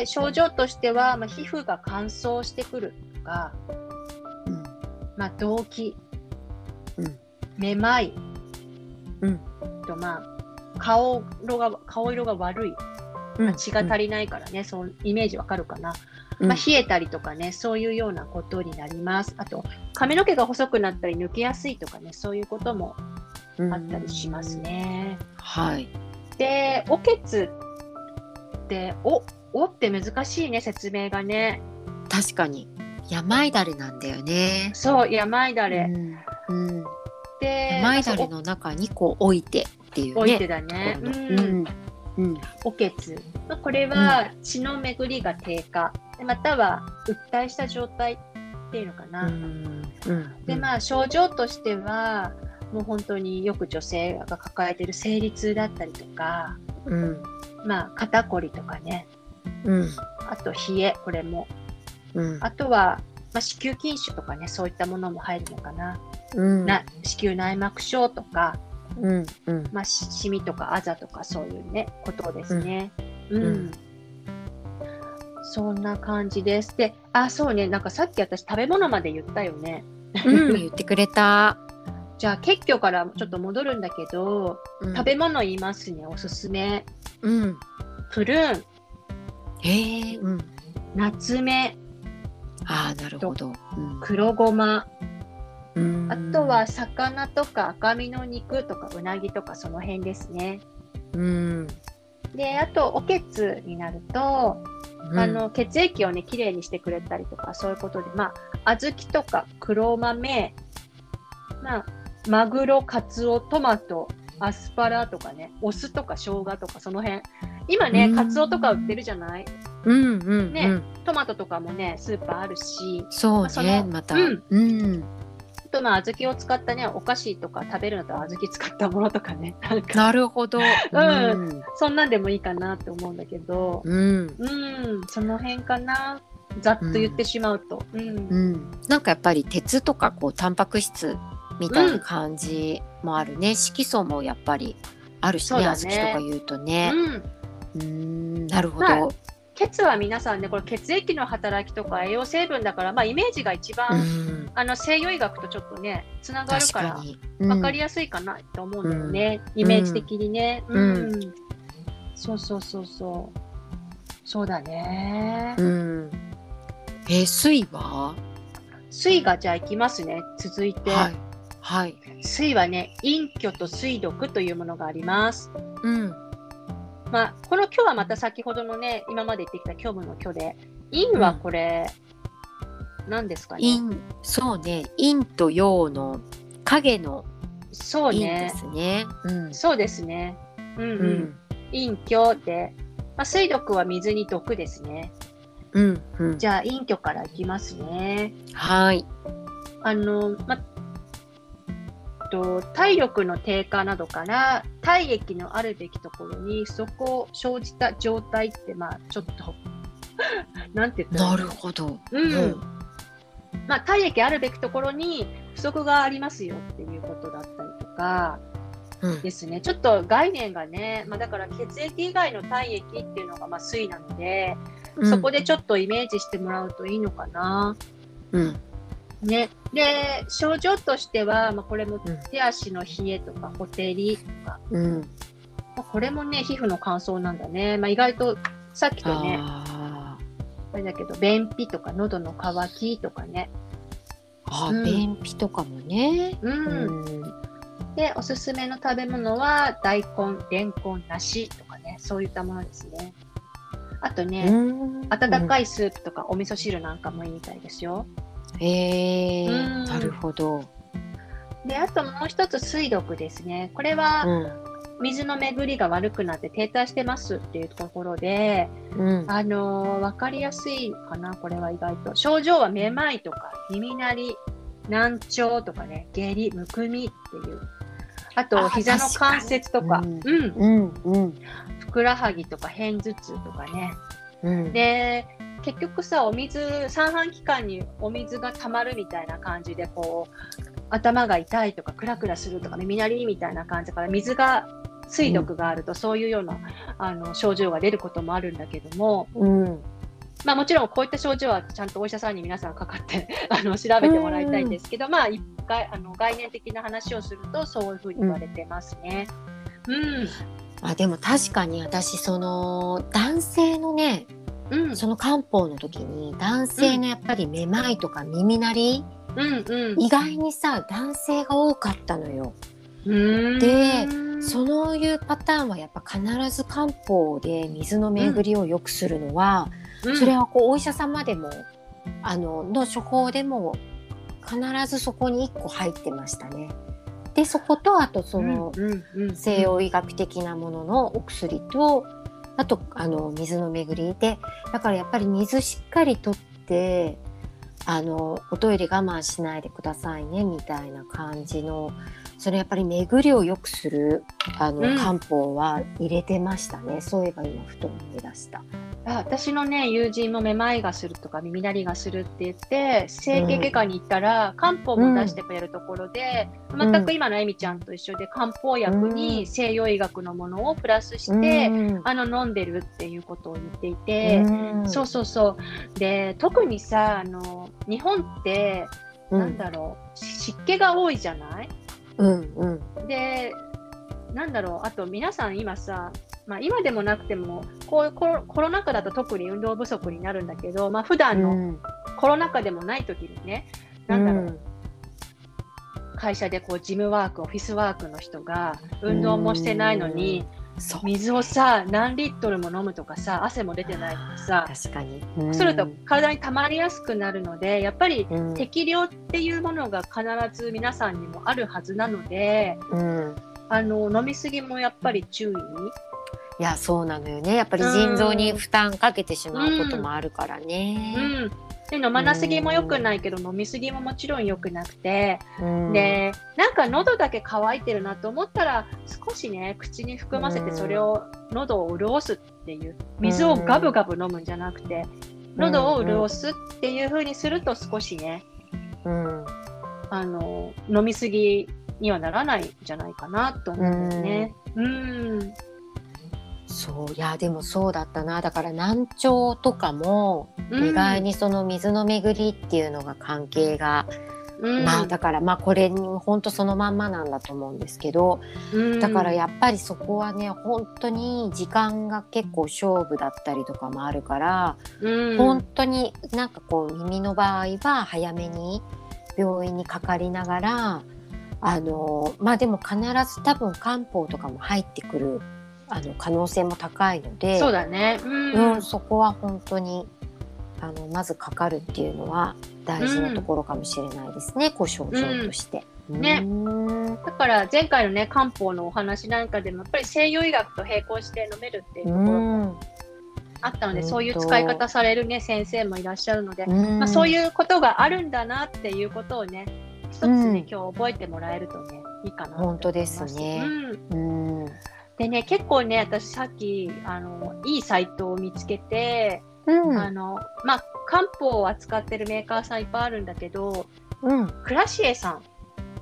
Speaker 2: で症状としては、まあ、皮膚が乾燥してくるとか、
Speaker 1: うん、
Speaker 2: まあ、動悸、
Speaker 1: うん
Speaker 2: めまい、
Speaker 1: うん
Speaker 2: あとまあ顔色が顔色が悪い
Speaker 1: うん
Speaker 2: 血が足りないからね、そうイメージわかるかな、
Speaker 1: うん
Speaker 2: まあ、冷えたりとかねそういうようなことになりますあと髪の毛が細くなったり抜けやすいとかねそういうことも
Speaker 1: うん
Speaker 2: あったりします。ね、
Speaker 1: はい、
Speaker 2: でおけつっておおって難しいね説明がね
Speaker 1: 確かに病だれなんだよね。
Speaker 2: そう病だ
Speaker 1: う
Speaker 2: れ、
Speaker 1: ん、うん、
Speaker 2: で
Speaker 1: 病だれの中にこう置いてっていうね。
Speaker 2: おいてだね、
Speaker 1: ところ
Speaker 2: う
Speaker 1: の
Speaker 2: ん
Speaker 1: うん、うん、
Speaker 2: おけつ。まあこれは血の巡りが低下、でまたは訴えした状態っていうのかな。
Speaker 1: うん、
Speaker 2: で、まあ症状としては、もう本当によく女性が抱えてる生理痛だったりとか、
Speaker 1: うん、
Speaker 2: まあ肩こりとかね、
Speaker 1: うん、
Speaker 2: あと冷え、これも。
Speaker 1: うん、
Speaker 2: あとは、まあ、子宮筋腫とかね、そういったものも入るのかな。
Speaker 1: うん、
Speaker 2: な子宮内膜症とか、
Speaker 1: うん、うん、
Speaker 2: まあ、しシミとかあざとかそういうねことですね。うんん、
Speaker 1: うん
Speaker 2: そんな感じです。で、あ、そうね、なんかさっき私食べ物まで言ったよね。
Speaker 1: うん、言ってくれた。
Speaker 2: じゃあ結局からちょっと戻るんだけど、
Speaker 1: うん
Speaker 2: 食、べ物言いますね、おすすめ。
Speaker 1: うん、
Speaker 2: プルーン、
Speaker 1: へえ、うん、
Speaker 2: ナツメ、
Speaker 1: ああ、なるほど。
Speaker 2: 黒ごま、
Speaker 1: うん、
Speaker 2: あとは、魚とか赤身の肉とかうなぎとかその辺ですね。
Speaker 1: うん、
Speaker 2: で、あとおけつになると、あの血液をねきれいにしてくれたりとかそういうことでまあ小豆とか黒豆、まあ、マグロカツオトマトアスパラとかねお酢とか生姜とかその辺今ね
Speaker 1: うん
Speaker 2: カツオとか売ってるじゃない
Speaker 1: うん、うん、うん、
Speaker 2: ねトマトとかもねスーパーあるし
Speaker 1: そう
Speaker 2: まあそ
Speaker 1: ね、
Speaker 2: の
Speaker 1: また、
Speaker 2: うん
Speaker 1: うん、
Speaker 2: あとまあ小豆を使ったねお菓子とか食べるのと小豆使ったものとかねなんか
Speaker 1: なるほど。うん。
Speaker 2: そんなんでもいいかなって思うんだけど
Speaker 1: うん。
Speaker 2: うんその辺かなざっと言ってしまうと。うん
Speaker 1: うん、なんかやっぱり鉄とかこうタンパク質みたいな感じもあるね、色素もやっぱりあるし
Speaker 2: そう
Speaker 1: ね
Speaker 2: だね
Speaker 1: 小豆とか言うとね。
Speaker 2: うん
Speaker 1: うーんなるほど、
Speaker 2: まあ血は皆さんねこれ血液の働きとか栄養成分だから、まあ、イメージが一番、
Speaker 1: うん、
Speaker 2: あの西洋医学とちょっとねつながる
Speaker 1: 確
Speaker 2: か
Speaker 1: からに。
Speaker 2: 分かり
Speaker 1: や
Speaker 2: やすいかなって思うんだよね、イメージ的にね。う
Speaker 1: うんん
Speaker 2: そうそうそうそうそうだね
Speaker 1: う。ん、えー水は、
Speaker 2: 水がじゃあいきますね続いて、
Speaker 1: はいはい、
Speaker 2: 水はね陰虚と水毒というものがあります。
Speaker 1: うん
Speaker 2: まあ、この今日はまた先ほどのね、今まで言ってきた虚無の虚で、陰はこれ、何ですかね。
Speaker 1: 陰そうね陰と陽の影の
Speaker 2: そう
Speaker 1: 陰
Speaker 2: ね
Speaker 1: で。すね。うん
Speaker 2: そうですね。うんうん。
Speaker 1: うん
Speaker 2: 陰虚で、まあ、水毒は水に毒ですね。
Speaker 1: うんうん
Speaker 2: じゃあ陰虚からいきますね。
Speaker 1: はい
Speaker 2: あの、ま、と体力の低下などから体液のあるべきところに不足を生じた状態って、まあ、ちょっと なんて言ったらいい
Speaker 1: な
Speaker 2: の
Speaker 1: るほど。
Speaker 2: うん
Speaker 1: うん
Speaker 2: まあ、体液あるべきところに不足がありますよっていうことだったりとか
Speaker 1: うん
Speaker 2: ですねちょっと概念がね、まあ、だから血液以外の体液っていうのがまあ水なので、
Speaker 1: うん
Speaker 2: そこでちょっとイメージしてもらうといいのかな。
Speaker 1: うん
Speaker 2: ね、で症状としては、まあ、これも
Speaker 1: うん
Speaker 2: 手足の冷えとかほてり、
Speaker 1: うん
Speaker 2: まあ、これもね皮膚の乾燥なんだね、まあ、意外とさっきとね
Speaker 1: あー
Speaker 2: あれだけど便秘とか喉の渇きとかね。
Speaker 1: あ
Speaker 2: うん
Speaker 1: ー便秘とかもね。
Speaker 2: うん
Speaker 1: うん
Speaker 2: で、おすすめの食べ物は、大根、レンコン、梨とかね、そういったものですね。あとね、温か
Speaker 1: い。
Speaker 2: いスープとかお味噌汁なんかもいいみたいですよ。
Speaker 1: ええ
Speaker 2: うん
Speaker 1: なるほど。
Speaker 2: で、あともう一つ、水毒ですね。これは、
Speaker 1: ん
Speaker 2: 水の巡りが悪くなって停滞してますっていうところで、
Speaker 1: うん
Speaker 2: あのー、わかりやすいかな、これは意外と。症状はめまいとか、耳鳴り、難聴とかね、下痢、むくみっていう。あと、
Speaker 1: あ
Speaker 2: 膝の
Speaker 1: 確かに
Speaker 2: 関節とか、
Speaker 1: うん
Speaker 2: うん、
Speaker 1: うんうん
Speaker 2: ふくらはぎとか片頭痛とかね。
Speaker 1: うん。
Speaker 2: で結局さお水三半規管にお水が溜まるみたいな感じでこう頭が痛いとかクラクラするとか耳鳴りみたいな感じだから水が水毒があるとそういうような、あの症状が出ることもあるんだけども、
Speaker 1: うん
Speaker 2: まあ、もちろんこういった症状はちゃんとお医者さんに皆さんかかって あの調べてもらいたいんですけど、まあ、一概あの概念的な話をするとそういうふうに言われてますね。
Speaker 1: あでも確かに私その男性のね
Speaker 2: うん、うん、
Speaker 1: その漢方の時に男性のやっぱりめまいとか耳鳴り、
Speaker 2: うん、うん
Speaker 1: 意外にさ男性が多かったのよ。
Speaker 2: うーん
Speaker 1: でそういうパターンはやっぱ必ず漢方で水の巡りを良くするのは、
Speaker 2: うん
Speaker 1: それはこうお医者様でもあのの処方でも必ずそこに1個入ってましたね。でそことあとその
Speaker 2: うんうんうん
Speaker 1: 西洋医学的なもののお薬とあとあの水の巡りでだからやっぱり水しっかりとってあのおトイレ我慢しないでくださいねみたいな感じのそれやっぱり巡りを良くするあの、
Speaker 2: うん
Speaker 1: 漢方は入れてましたねそういえば今ふと思い出した。
Speaker 2: あ私のね友人もめまいがするとか耳鳴りがするって言って整形外科に行ったら、漢方も出してくれるところで、
Speaker 1: ん
Speaker 2: 全く今のえみちゃんと一緒で漢方薬
Speaker 1: う
Speaker 2: に
Speaker 1: ん
Speaker 2: 西洋医学のものをプラスして、
Speaker 1: うん
Speaker 2: あの飲んでるっていうことを言っていて、
Speaker 1: うん
Speaker 2: そうそうそうで特にさあの日本って、
Speaker 1: うん
Speaker 2: なんだろう湿気が多いじゃない
Speaker 1: うんうん
Speaker 2: で、なんだろう、あと皆さん今さ、まあ、今でもなくてもこうコロ、コロナ禍だと特に運動不足になるんだけど、まあ普段のコロナ禍でもない時にね、なんだろう、会社でこうジムワーク、オフィスワークの人が運動もしてないのに、
Speaker 1: うんそう
Speaker 2: 水をさ、何リットルも飲むとかさ、汗も出てないとかさ、
Speaker 1: 確かに。
Speaker 2: すると体に溜まりやすくなるので、やっぱり
Speaker 1: うん
Speaker 2: 適量っていうものが必ず皆さんにもあるはずなので、
Speaker 1: うん
Speaker 2: あの飲みすぎもやっぱり注意
Speaker 1: いやそうなのよねやっぱり腎臓に負担かけてしまうこともあるからね。
Speaker 2: うん、で飲まなすぎも良くないけど飲みすぎももちろん良くなくて、
Speaker 1: うん
Speaker 2: でなんか喉だけ乾いてるなと思ったら少しね口に含ませて
Speaker 1: うん
Speaker 2: それを喉を潤すっていう水をガブガブ飲むんじゃなくて喉を潤すっていう風にすると少しね、
Speaker 1: うん
Speaker 2: あの、飲みすぎにはならないんじゃないかなと思うんですね。うん。
Speaker 1: そういやでもそうだったなだから難聴とかも意外にその水の巡りっていうのが関係が、
Speaker 2: うん、
Speaker 1: まあだからまあこれに本当そのまんまなんだと思うんですけど、
Speaker 2: うん
Speaker 1: だからやっぱりそこはね本当に時間が結構勝負だったりとかもあるから、
Speaker 2: うん
Speaker 1: 本当になんかこう耳の場合は早めに病院にかかりながらあのまあでも必ず多分漢方とかも入ってくるあの可能性も高いので
Speaker 2: そうだね。うん。
Speaker 1: うん、そこは本当にあのまずかかるっていうのは大事なところかもしれないですね、こう症状として。
Speaker 2: ね
Speaker 1: うん
Speaker 2: だから前回のね漢方のお話なんかでもやっぱり西洋医学と並行して飲めるっていうところもあったので、
Speaker 1: うん
Speaker 2: そういう使い方されるね先生もいらっしゃるので、
Speaker 1: うん
Speaker 2: まあ、そういうことがあるんだなっていうことをね一つね、
Speaker 1: うん
Speaker 2: 今日覚えてもらえるとねいいかなと思います
Speaker 1: 本当ですね
Speaker 2: うん
Speaker 1: うん、うん
Speaker 2: でね結構ね私さっきあのいいサイトを見つけて、あのまあ漢方を扱ってるメーカーさんいっぱいあるんだけど
Speaker 1: うん
Speaker 2: クラシエさ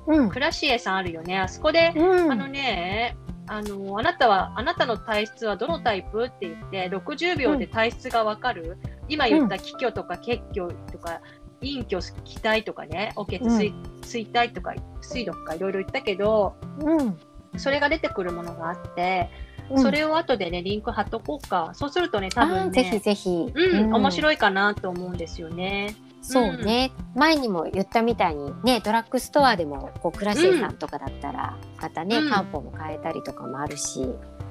Speaker 2: ん
Speaker 1: うん
Speaker 2: クラシエさんあるよねあそこで
Speaker 1: うん
Speaker 2: あのね、あの、あなたは、あなたの体質はどのタイプって言って、60秒で体質がわかる、今言った気虚とか血虚とか、陰虚、気体とかね、お血水、水体とか、水毒とかいろいろ言ったけど、
Speaker 1: うん
Speaker 2: それが出てくるものがあって、
Speaker 1: うん
Speaker 2: それを後でね、リンク貼っとこうか。そうするとね、多
Speaker 1: あ
Speaker 2: 分
Speaker 1: ーぜひ
Speaker 2: ね、
Speaker 1: ぜひ、
Speaker 2: うん、面
Speaker 1: い
Speaker 2: 白いかなと思うんですよね。
Speaker 1: そうね、前にも言ったみたいにねドラッグストアでもこうクラシエさんとかだったら、またね
Speaker 2: うん
Speaker 1: 漢方も変えたりとかもあるし、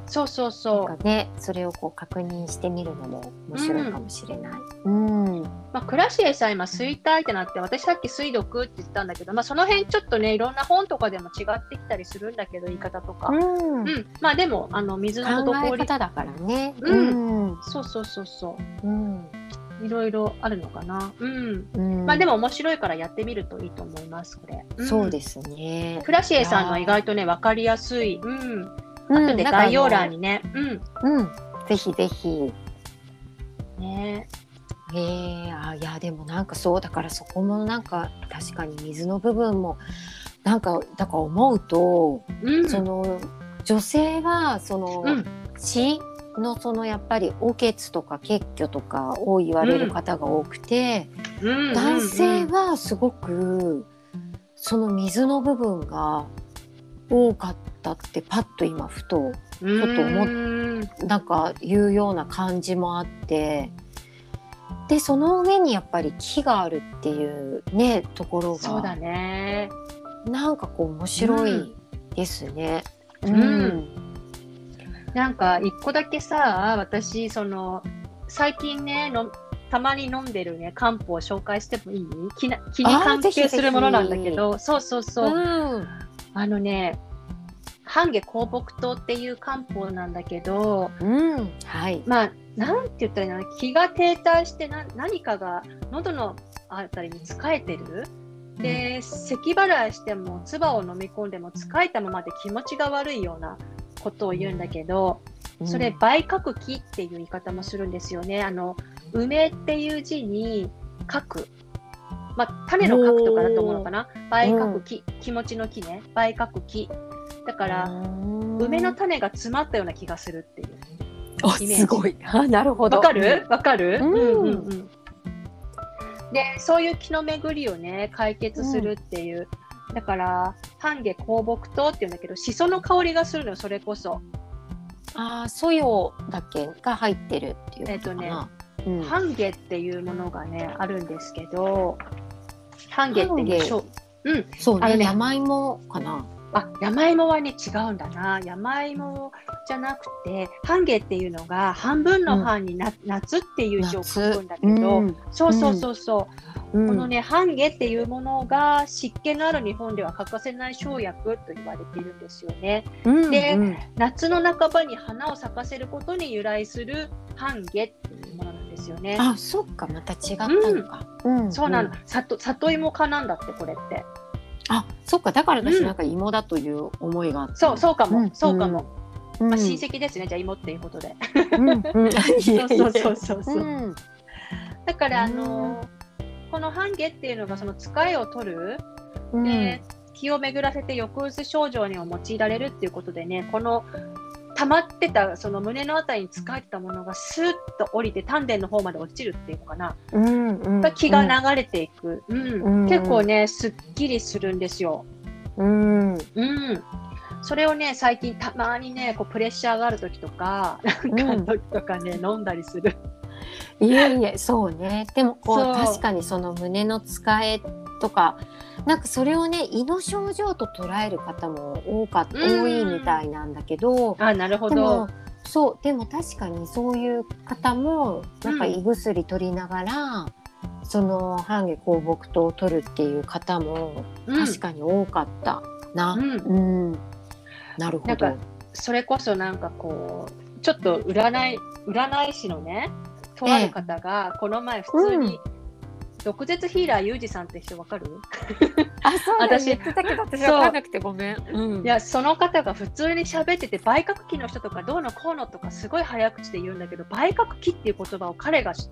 Speaker 2: そうそうそう
Speaker 1: なん。かねそれをこう確認してみるのも面白いかもしれない。うん、
Speaker 2: まあ、クラシエさん今衰退ってなって私さっき水毒って言ったんだけど、まあ、その辺ちょっとねいろんな本とかでも違ってきたりするんだけど言い方とか、
Speaker 1: う
Speaker 2: うん
Speaker 1: ん、
Speaker 2: まあでもあの水の
Speaker 1: 考
Speaker 2: 滞
Speaker 1: え
Speaker 2: り
Speaker 1: 方だからね。
Speaker 2: う
Speaker 1: うん、
Speaker 2: そうそうそうそ
Speaker 1: うん、
Speaker 2: ういろいろあるのかなうん
Speaker 1: うん
Speaker 2: まあで
Speaker 1: も、
Speaker 2: も面白いからやってみるといいと思いますこれ、
Speaker 1: そうですすね。
Speaker 2: クラシエさんの意外とね分かりやすい、うん、
Speaker 1: うん
Speaker 2: 後で概要欄。にねうん
Speaker 1: なんかあのうん、ぜひぜひ。
Speaker 2: ね
Speaker 1: えー、あいやでもなんかそうだからそこもなんか確かに水の部分もなんかだから思うと、
Speaker 2: うん
Speaker 1: その女性はその、
Speaker 2: うん
Speaker 1: 血のそのやっぱりおけつとか血虚とかを言われる方が多くて、
Speaker 2: うん
Speaker 1: 男性
Speaker 2: うん
Speaker 1: はすごくその水の部分が多かったってパッと今ふと
Speaker 2: うん
Speaker 1: ちょっと思っ
Speaker 2: うん
Speaker 1: なんか言うような感じもあってでその上にやっぱり木があるっていうねところ
Speaker 2: そうだ
Speaker 1: が
Speaker 2: ね
Speaker 1: なんかこう面白いですね。
Speaker 2: んなんか一個だけさ私その最近ねのたまに飲んでるね漢方を紹介してもいい気な気に
Speaker 1: あー
Speaker 2: 関
Speaker 1: ぜひぜ
Speaker 2: 係
Speaker 1: ひ
Speaker 2: するものなんだけどそうそうそう、
Speaker 1: うん
Speaker 2: あのね半夏香木糖っていう漢方なんだけど
Speaker 1: うん、はい。
Speaker 2: まあなんて言ったらいいのかな気が停滞してな何かが喉のあたりに疲れてるで咳払いしても唾を飲み込んでも疲れたままで気持ちが悪いようなことを言うんだけど、
Speaker 1: うん、
Speaker 2: それ梅角木っていう言い方もするんですよね。あの梅っていう字に角、まあ、種の角とかだと思うのかな。梅角木、気持ちの木ね。梅角木。だから、梅
Speaker 1: 梅
Speaker 2: の種が詰まったような気がするっていう。イメージ
Speaker 1: すごい。あ、なるほど。
Speaker 2: わかる？わかる？
Speaker 1: うん
Speaker 2: ん。で、そういう気の巡りをね解決するっていう。だから半夏香木糖っていうんだけど、しその香りがするのよそれこそ。
Speaker 1: ああ、ソヨだっけが入ってるっていうことかな。うん
Speaker 2: 半夏っていうものがねあるんですけど半夏っていう
Speaker 1: 半
Speaker 2: そう
Speaker 1: そう
Speaker 2: あの
Speaker 1: ね、
Speaker 2: ね
Speaker 1: 山芋かな。
Speaker 2: あ山芋はね違うんだな山芋じゃなくて半夏っていうのが半分の半にな、夏っていう字を書くんだけど、
Speaker 1: うん
Speaker 2: そうそうそうそう、
Speaker 1: うん
Speaker 2: このね半夏っていうものが湿気のある日本では欠かせない生薬と言われているんですよね
Speaker 1: うん
Speaker 2: で
Speaker 1: うん
Speaker 2: 夏の半ばに花を咲かせることに由来する半夏っていうものなんですよね
Speaker 1: あ、そっか、また違ったのか。うん
Speaker 2: そうなの、
Speaker 1: ん
Speaker 2: 里里芋科なんだってこれって
Speaker 1: あ、そっか、だから私
Speaker 2: うん
Speaker 1: なんか芋だという思いがあった。
Speaker 2: そう、そうかも、
Speaker 1: うん
Speaker 2: そうかも。
Speaker 1: うん。
Speaker 2: まあ、 親戚ですね、じゃあ、芋っていうことで。
Speaker 1: うんうんいえいえ
Speaker 2: そうそうそうそうそう。
Speaker 1: うん
Speaker 2: だから、あ
Speaker 1: うん
Speaker 2: の、この半夏っていうのが、その疲れを取る、
Speaker 1: うん
Speaker 2: で、気を巡らせて抑うつ症状にも用いられるっていうことでね、この、溜まってた、その胸のあたりに疲れてたものがスーッと降りて、丹田の方まで落ちるっていうのかな。
Speaker 1: うんうん
Speaker 2: やっぱ気が流れていく。うん。
Speaker 1: うん
Speaker 2: 結構ね、すっきりするんですよ。
Speaker 1: うんうん
Speaker 2: うん。それをね、最近たまにね、こうプレッシャーがある時とか、なんかの時とかね、飲んだりする。
Speaker 1: いえいえそうねでもこう
Speaker 2: そう
Speaker 1: 確かにその胸の使えとかなんかそれをね胃の症状と捉える方も多かっ
Speaker 2: うん
Speaker 1: 多いみたいなんだけど
Speaker 2: あ、なるほ
Speaker 1: で
Speaker 2: ど
Speaker 1: も。そうでも確かにそういう方もなんか
Speaker 2: うん
Speaker 1: 胃薬取りながら、その半下香木糖を取るっていう方も
Speaker 2: うん
Speaker 1: 確かに多かったな。
Speaker 2: うん
Speaker 1: うんなるほど。
Speaker 2: なんそれこそなんかこう、ちょっと占い、占い師のね、とある方が、この前普通に、毒舌ヒーラーユージさんって人わかる、
Speaker 1: あ、そうだ
Speaker 2: 私
Speaker 1: 言ってたけど私
Speaker 2: そう
Speaker 1: わかんなくてごめん。うん
Speaker 2: いや、その方が普通に喋ってて、売覚期の人とかどうのこうのとかすごい早口で言うんだけど、売覚期っていう言葉を彼が知っ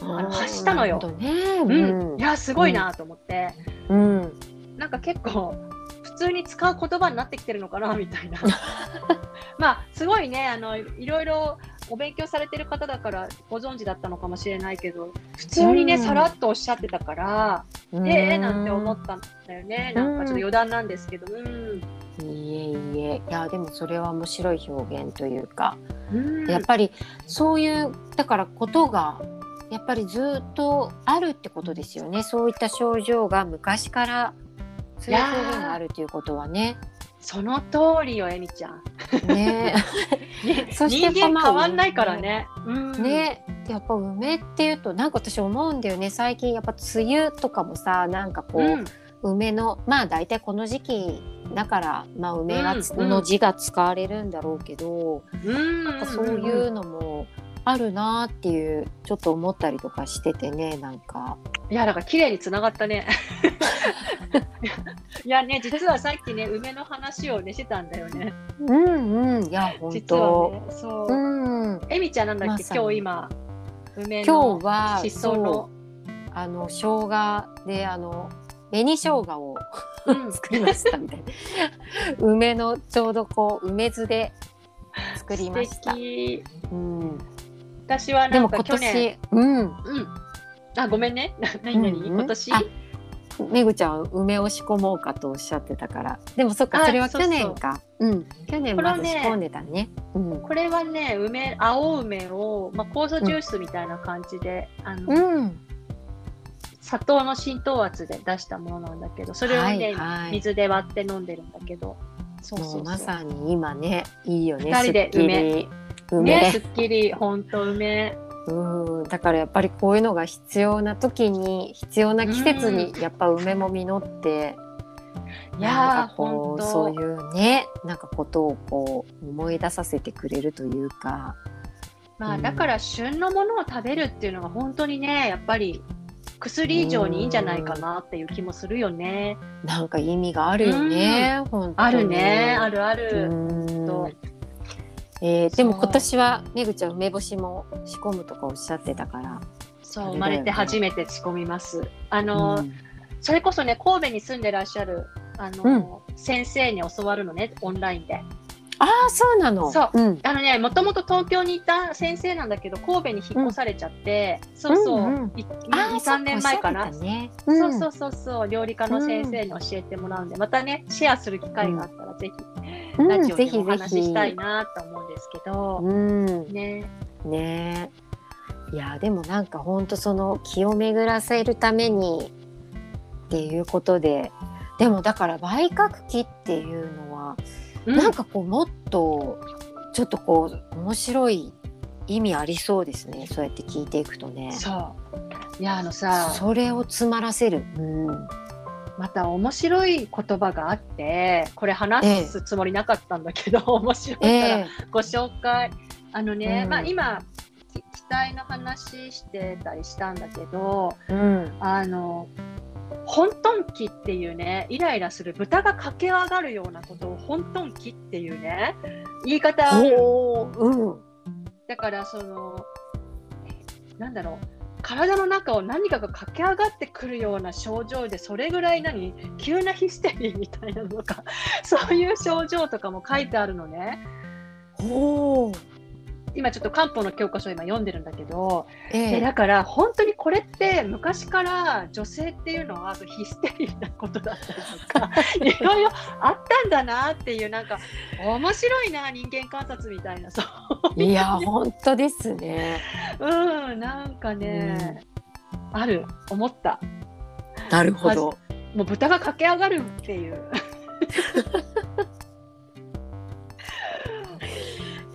Speaker 2: あの発したのよ
Speaker 1: なるほどね。
Speaker 2: う、
Speaker 1: うんん
Speaker 2: い。や、すごいなと思って、
Speaker 1: うん。
Speaker 2: なんか結構、普通に使う言葉になってきてるの かなみたいな。まあ、すごいねあの、いろいろお勉強されてる方だからご存知だったのかもしれないけど、普通にね、
Speaker 1: うん
Speaker 2: さらっとおっしゃってたから、
Speaker 1: うん
Speaker 2: ええなんて思ったんだよね、なんかちょっと余談なんですけど、うん、
Speaker 1: いえいえ。いやでもそれは面白い表現というか、
Speaker 2: うん
Speaker 1: やっぱりそういうだからことがやっぱりずっとあるってことですよね。そういった症状が昔からそういう表現があるということはね。
Speaker 2: その通りよ、えみちゃん。
Speaker 1: ね。そして
Speaker 2: 人間
Speaker 1: まあ
Speaker 2: 変わんないからね。うん、
Speaker 1: ね、でやっぱ梅っていうとなんか私思うんだよね最近やっぱ梅雨とかもさなんかこう、
Speaker 2: うん、
Speaker 1: 梅のまあ大体この時期だから、まあ、梅がつ、
Speaker 2: うんうん
Speaker 1: の字が使われるんだろうけど、
Speaker 2: うん、
Speaker 1: なんかそういうのもあるなーっていうちょっと思ったりとかしててねなんか。
Speaker 2: いや、なんか綺麗につながったね。 いやね、実はさっきね、梅の話をね、してたんだよね。
Speaker 1: うんうんいや本
Speaker 2: 実は
Speaker 1: 当、
Speaker 2: ね、そうう。
Speaker 1: ん
Speaker 2: えみちゃんなんだっけ、
Speaker 1: まさに
Speaker 2: 今日今、梅
Speaker 1: 今
Speaker 2: の
Speaker 1: 日は
Speaker 2: しそ
Speaker 1: そ
Speaker 2: の
Speaker 1: う、あの生姜であの紅生姜を
Speaker 2: うん、
Speaker 1: 作りましたみたいな梅のちょうどこう梅酢で作りました
Speaker 2: 素、敵
Speaker 1: うん、
Speaker 2: 私は
Speaker 1: で
Speaker 2: な
Speaker 1: も
Speaker 2: んか
Speaker 1: 今
Speaker 2: 去年、
Speaker 1: 年うん
Speaker 2: うん。あ、ごめんね。な何何、
Speaker 1: うんうん
Speaker 2: 今年
Speaker 1: あめぐちゃんは梅を仕込もうかとおっしゃってたからでもそっか
Speaker 2: あ
Speaker 1: それは去年かうん去年まず仕込んでたねうん
Speaker 2: これはね、梅、青梅を、まあ、酵素ジュースみたいな感じで、あの、
Speaker 1: うん
Speaker 2: 砂糖の浸透圧で出したものなんだけど、それをね、
Speaker 1: はいはい
Speaker 2: 水で割って飲んでるんだけど、そうそう
Speaker 1: も
Speaker 2: そうう
Speaker 1: まさに今ねいいよね
Speaker 2: 二人です
Speaker 1: っきり
Speaker 2: ね、
Speaker 1: 梅
Speaker 2: すっきり、本当梅。
Speaker 1: うんだからやっぱりこういうのが必要な時に必要な季節にやっぱ梅も実って
Speaker 2: い
Speaker 1: な
Speaker 2: や
Speaker 1: ん
Speaker 2: ー、
Speaker 1: かこ
Speaker 2: 本
Speaker 1: う
Speaker 2: 当。
Speaker 1: そういうねなんかことをこう思い出させてくれるというか
Speaker 2: ま
Speaker 1: う
Speaker 2: あ、
Speaker 1: ん
Speaker 2: だから旬のものを食べるっていうのが本当にね、やっぱり薬以上にいいんじゃないかなっていう気もするよね。
Speaker 1: なんか意味があるよね、本当に
Speaker 2: あるね、あるある。
Speaker 1: うん
Speaker 2: と
Speaker 1: えーでも
Speaker 2: そう
Speaker 1: 今年はめぐちゃん梅干しも仕込むとかおっしゃってたから。
Speaker 2: そう
Speaker 1: あれだよね
Speaker 2: 生まれて初めて仕込みます。あの、
Speaker 1: うん
Speaker 2: それこそね、神戸に住んでらっしゃる、あの、先生に教わるのね、オンラインで。
Speaker 1: ああそうなの。
Speaker 2: そう
Speaker 1: うん。
Speaker 2: あのね、もともと東京にいた先生なんだけど、神戸に引っ越されちゃって、そうそう、
Speaker 1: うんうん
Speaker 2: い
Speaker 1: あ
Speaker 2: 2、3年前かな。
Speaker 1: そうね。
Speaker 2: そうそ
Speaker 1: そう
Speaker 2: そうそう、料理家の先生に教えてもらうんで、またね、シェアする機会があったら、ぜひ、
Speaker 1: うん。
Speaker 2: ラジオ
Speaker 1: ぜ
Speaker 2: でも
Speaker 1: ひ
Speaker 2: お話し
Speaker 1: ぜひ
Speaker 2: したいなと思うんですけど、
Speaker 1: うん。
Speaker 2: ね、
Speaker 1: ねえ。いやでもなんか本当その気を巡らせるためにっていうことで。でもだから売覚期っていうのは、なんかこうもっとちょっとこう面白い意味ありそうですねそうやって聞いていくとね
Speaker 2: そう。いや、あのさ、
Speaker 1: それを詰まらせる、うん、
Speaker 2: また面白い言葉があって、これ話すつもりなかったんだけど、 面白いか
Speaker 1: え
Speaker 2: ら
Speaker 1: え
Speaker 2: ご紹介あのね、
Speaker 1: うん
Speaker 2: まあ今き期待の話してたりしたんだけど
Speaker 1: うん
Speaker 2: あの本豚期っていうねイライラする豚が駆け上がるようなことを本豚期っていうね言い方
Speaker 1: おーうん
Speaker 2: だからそのなんだろう体の中を何かが駆け上がってくるような症状でそれぐらい何急なヒステリーみたいなのかそういう症状とかも書いてあるのね
Speaker 1: ほう。
Speaker 2: 今ちょっと漢方の教科書今読んでるんだけど
Speaker 1: え
Speaker 2: で
Speaker 1: え。
Speaker 2: だから本当にこれって昔から女性っていうのはそうヒステリーなことだったりとか いろいろあったんだなっていうなんか面白いな人間観察みたいなそう
Speaker 1: いや、本当ですね。
Speaker 2: うんなんかね、ある思った
Speaker 1: なる
Speaker 2: ほど。もう豚が駆け上がるっていう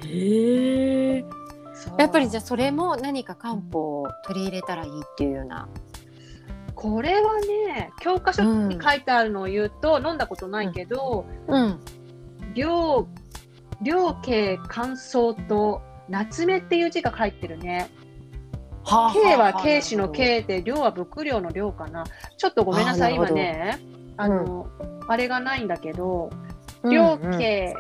Speaker 1: へえ。
Speaker 2: そう
Speaker 1: やっぱりじゃあそれも何か漢方を取り入れたらいいっていうような。
Speaker 2: これはね教科書に書いてあるのを言うと、飲んだことないけど
Speaker 1: うん。
Speaker 2: 涼涼経乾燥と夏目っていう字が書いてるね
Speaker 1: は
Speaker 2: 慶は慶子の。慶で、量は仏量の量かな。ちょっとごめんなさい、
Speaker 1: あーなるほ
Speaker 2: 今
Speaker 1: ど
Speaker 2: ね、あの、あれがないんだけど、
Speaker 1: 両
Speaker 2: 量慶、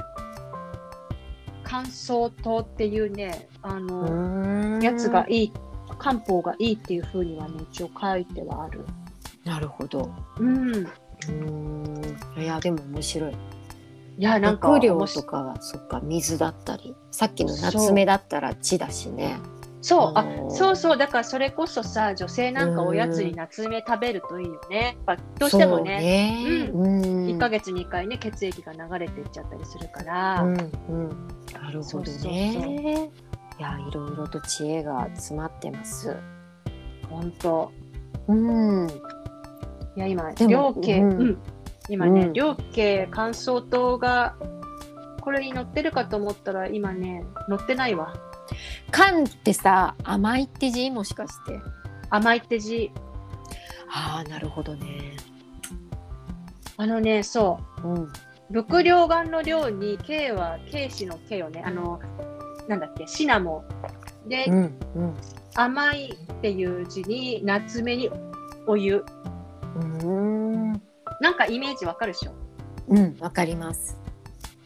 Speaker 2: 乾燥糖っていうね、あの、やつが。いい、漢方がいいっていうふうにはね、一応書いてはある。
Speaker 1: なるほど。
Speaker 2: うん。いう
Speaker 1: ーん。いや、でも面白い。
Speaker 2: や、なんか、
Speaker 1: 食料
Speaker 2: 面
Speaker 1: と
Speaker 2: 白い
Speaker 1: かは、そっか、水だったり。さっきの夏目だったら血だしね。
Speaker 2: そう、
Speaker 1: あ
Speaker 2: あ
Speaker 1: の、ー
Speaker 2: そうそう、だからそれこそさ、女性なんかおやつに夏目食べるといいよね。やっぱどうしてもね、
Speaker 1: そうね。
Speaker 2: 1ヶ
Speaker 1: 月。
Speaker 2: 月に1回ね、血液が流れていっちゃったりするから。
Speaker 1: うん。うん。なるほど
Speaker 2: そうそう
Speaker 1: ね。いや、いろいろと知恵が詰まってます。
Speaker 2: 本当
Speaker 1: うん。
Speaker 2: いや今
Speaker 1: でも
Speaker 2: 両家、
Speaker 1: うん
Speaker 2: うん今ね、
Speaker 1: うん
Speaker 2: 両家乾燥糖がこれに載ってるかと思ったら今ね載ってないわ
Speaker 1: 缶ってさ、甘いって字もしかして。
Speaker 2: 甘いって字
Speaker 1: ああ、なるほどね。
Speaker 2: あのねそ
Speaker 1: うん。
Speaker 2: う仏陵丸の量に慶は慶子の慶よねあのなんだっけシナモンで、
Speaker 1: うん。うん。
Speaker 2: 甘いっていう字に夏目にお湯
Speaker 1: うん。
Speaker 2: なんかイメージわかるでしょ
Speaker 1: うん、わかります。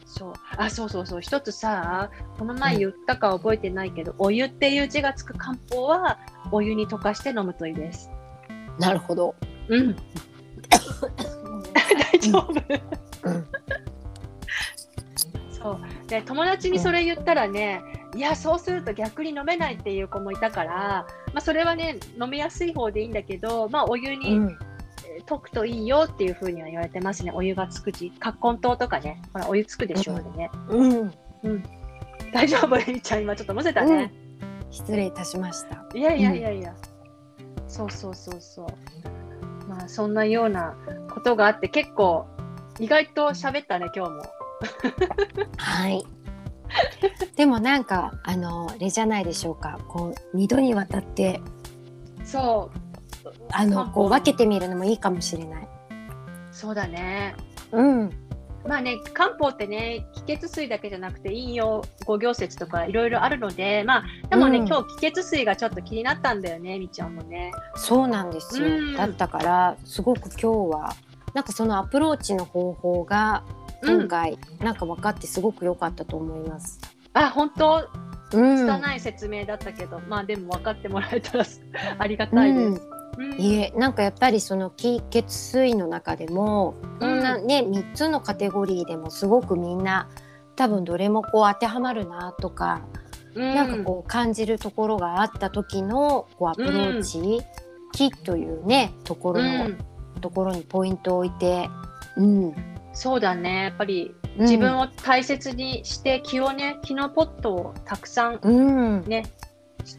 Speaker 2: そうあそうそうそう一つさこの前言ったか覚えてないけど、お湯っていう字がつく漢方はお湯に溶かして飲むといいです
Speaker 1: なるほど。
Speaker 2: うん大丈夫、
Speaker 1: うん
Speaker 2: そうで友達にそれ言ったらね、いやそうすると逆に飲めないっていう子もいたから、まあ、それはね飲みやすい方でいいんだけど、まあ、お湯
Speaker 1: う
Speaker 2: に
Speaker 1: ん、
Speaker 2: 溶くといいよっていうふうには言われてますねお湯がつく字葛根湯とかねほらお湯つくでしょ、あれね
Speaker 1: うん、
Speaker 2: 大丈夫えりちゃん今ちょっとむせたね、
Speaker 1: 失礼いたしました。
Speaker 2: いやいやいやいや、そうそうそうそうまあそんなようなことがあって結構意外と喋ったね今日も
Speaker 1: はい。でもなんかあのあれじゃないでしょうか。こう二度にわたって
Speaker 2: そう
Speaker 1: あのこう分け
Speaker 2: て
Speaker 1: てみるのもいいかもしれない。
Speaker 2: そうだね
Speaker 1: うん。
Speaker 2: まあね漢方ってね気血水だけじゃなくて陰陽五行説とかいろいろあるのでまあでもね、
Speaker 1: うん
Speaker 2: 今日気血水がちょっと気になったんだよねみっちゃんもね
Speaker 1: そうなんですよ。
Speaker 2: うん
Speaker 1: だったからすごく今日はなんかそのアプローチの方法が
Speaker 2: う
Speaker 1: 今
Speaker 2: ん
Speaker 1: 回、なんか分かってすごく良かったと思います。
Speaker 2: あ本当
Speaker 1: うん。
Speaker 2: 拙い説明だったけど、まあでも分かってもらえたらありがたいです、うん
Speaker 1: いえなんかやっぱりその気血水の中でもこんなね、3つのカテゴリーでもすごくみんな多分どれもこう当てはまるなとか、
Speaker 2: うん
Speaker 1: なんかこう感じるところがあった時のこうアプローチ、気というねところの、
Speaker 2: うん
Speaker 1: ところにポイントを置いて、うん
Speaker 2: そうだねやっぱり
Speaker 1: うん
Speaker 2: 自分を大切にして気をね気のポットをたくさん
Speaker 1: うん、
Speaker 2: ね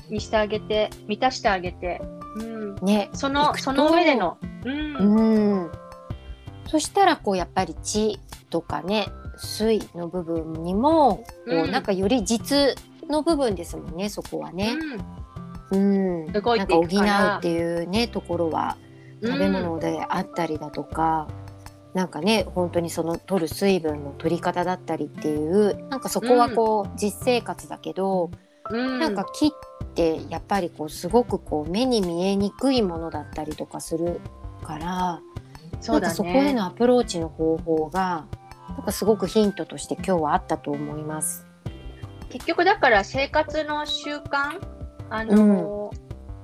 Speaker 2: にしてあげて満たしてあげて、うん、
Speaker 1: ね、
Speaker 2: そ
Speaker 1: 行
Speaker 2: の
Speaker 1: くと
Speaker 2: その上での、うん
Speaker 1: うん、そしたらこうやっぱり地とかね水の部分にもこう、
Speaker 2: うん
Speaker 1: なんかより実の部分ですもんねそこはね。うん、
Speaker 2: 動
Speaker 1: なん
Speaker 2: いていくから
Speaker 1: か補うっていうねところは
Speaker 2: うん
Speaker 1: 食べ物であったりだとか、なんかね本当にその取る水分の取り方だったりっていうなんかそこはこう、実生活だけど、
Speaker 2: うん、
Speaker 1: なんか木ってやっぱりこうすごくこう目に見えにくいものだったりとかするから。
Speaker 2: そう
Speaker 1: なん
Speaker 2: だ
Speaker 1: かそこへ
Speaker 2: ね
Speaker 1: のアプローチの方法がなんかすごくヒントとして今日はあったと思います。
Speaker 2: 結局だから生活の習慣あの、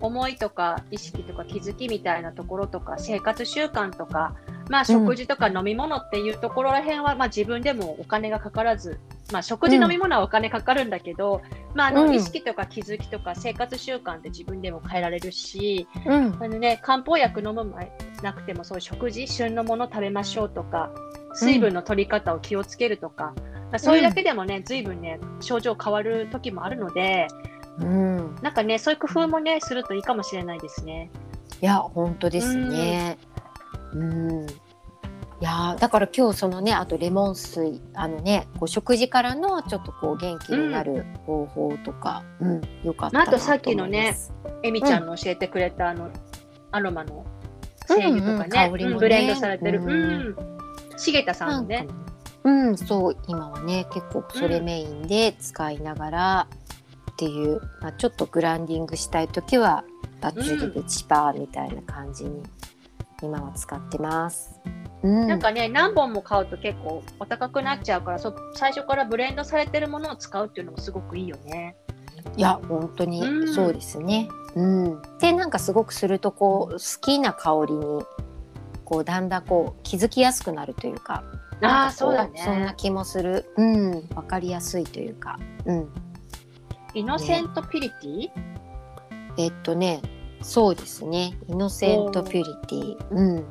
Speaker 2: 思いとか意識とか気づきみたいなところとか生活習慣とか、まあ、食事とか飲み物っていうところらへんは、まあ、自分でもお金がかからず、まあ、食事
Speaker 1: うん
Speaker 2: 飲み物はお金かかるんだけど、まあ、あ
Speaker 1: う
Speaker 2: の
Speaker 1: ん
Speaker 2: 意識とか気づきとか生活習慣って自分でも変えられるし、
Speaker 1: うん
Speaker 2: あのね、漢方薬飲む前なくてもそういう食事旬のもの食べましょうとか水分の取り方を気をつけるとか、まあそういうだけでもね随分ね症状変わる時もあるので
Speaker 1: うん、
Speaker 2: なんかねそういう工夫もねするといいかもしれないですね。
Speaker 1: いや本当ですね。うん、いやーだから今日そのねあとレモン水あのねこう食事からのちょっとこう元気になる方法とか、うんよかった
Speaker 2: まあ
Speaker 1: な
Speaker 2: あとさっきのね
Speaker 1: 思います
Speaker 2: えみちゃんの教えてくれたあの、アロマの精
Speaker 1: うんう
Speaker 2: 油とかね,
Speaker 1: ん
Speaker 2: うん、
Speaker 1: 香りもね
Speaker 2: ブレンドされてる、
Speaker 1: うん
Speaker 2: うん、茂田さんのね。
Speaker 1: うん、そう今はね結構それメインで使いながらっていう、まあ、ちょっとグランディングしたい時はバッチリでチパーみたいな感じに今は使ってます。うん、
Speaker 2: なんかね何本も買うと結構お高くなっちゃうからそう最初からブレンドされてるものを使うっていうのもすごくいいよね。
Speaker 1: いや本当に
Speaker 2: うん
Speaker 1: そうですね。うん、でなんかすごくするとこう好きな香りにこうだんだんこう気づきやすくなるというか
Speaker 2: あ
Speaker 1: なん
Speaker 2: あ
Speaker 1: かこ
Speaker 2: そうだね。
Speaker 1: そんな気もする、うん、わかりやすいというか、うん、
Speaker 2: イノセントピリティ、
Speaker 1: えっとね、そうですね。イノセントピュリティ。うん。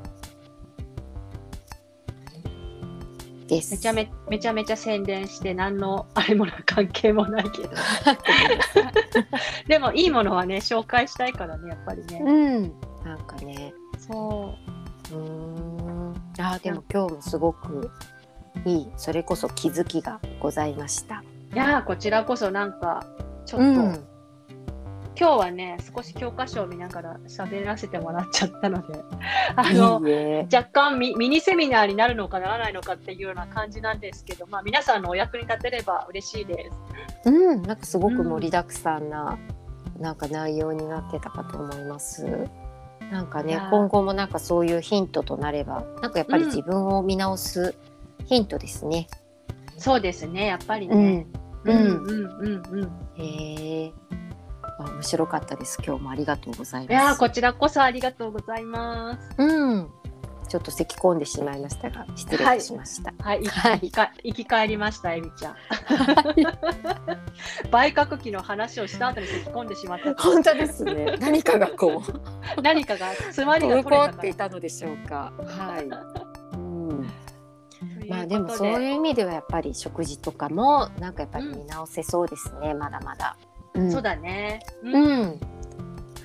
Speaker 1: です。
Speaker 2: めちゃめめちゃめちゃ宣伝して何のあれもな関係もない けどでもいいものはね紹介したいからねやっぱりね、
Speaker 1: うん。なんかね。
Speaker 2: そう
Speaker 1: ーん。あー、でも今日もすごくいい。それこそ気づきがございました。
Speaker 2: ういやーこちらこそなんかちょっと、
Speaker 1: うん。
Speaker 2: 今日はね少し教科書を見ながら喋らせてもらっちゃったのであの
Speaker 1: いいえ。
Speaker 2: 若干ミミニセミナーになるのかならないのかっていうような感じなんですけど、まあ、皆さんのお役に立てれば嬉しいです。
Speaker 1: うん。なんかすごく盛りだくさんな、なんか内容になってたかと思います。なんか
Speaker 2: い
Speaker 1: ね
Speaker 2: やー、
Speaker 1: 今後もなんかそういうヒントとなれば、なんかやっぱり自分を見直すヒントですね。
Speaker 2: そうですねやっぱりね、
Speaker 1: うん
Speaker 2: うんうんうん
Speaker 1: へえ。あ面白かったです。今日もありがとうござい
Speaker 2: いや
Speaker 1: ま
Speaker 2: ー
Speaker 1: す。
Speaker 2: こちらこそありがとうございます。
Speaker 1: うん。ちょっと咳き込んでしまいましたが、失礼いたしました。
Speaker 2: はい、い
Speaker 1: はい
Speaker 2: 生きか生き返りました、えみちゃん。 売却期の話をした後に突き込んでしまったと。
Speaker 1: 本当ですね。 何かがこう、
Speaker 2: 何かが詰まりが
Speaker 1: 滞
Speaker 2: 取れた
Speaker 1: っ
Speaker 2: か
Speaker 1: て
Speaker 2: ら
Speaker 1: いたのでしょうか。はい。うん。
Speaker 2: ということ
Speaker 1: まあでもそういう意味ではやっぱり食事とかもなんかやっぱり見直せそうですね。まだまだ。うん。
Speaker 2: そうだね。うん
Speaker 1: うん。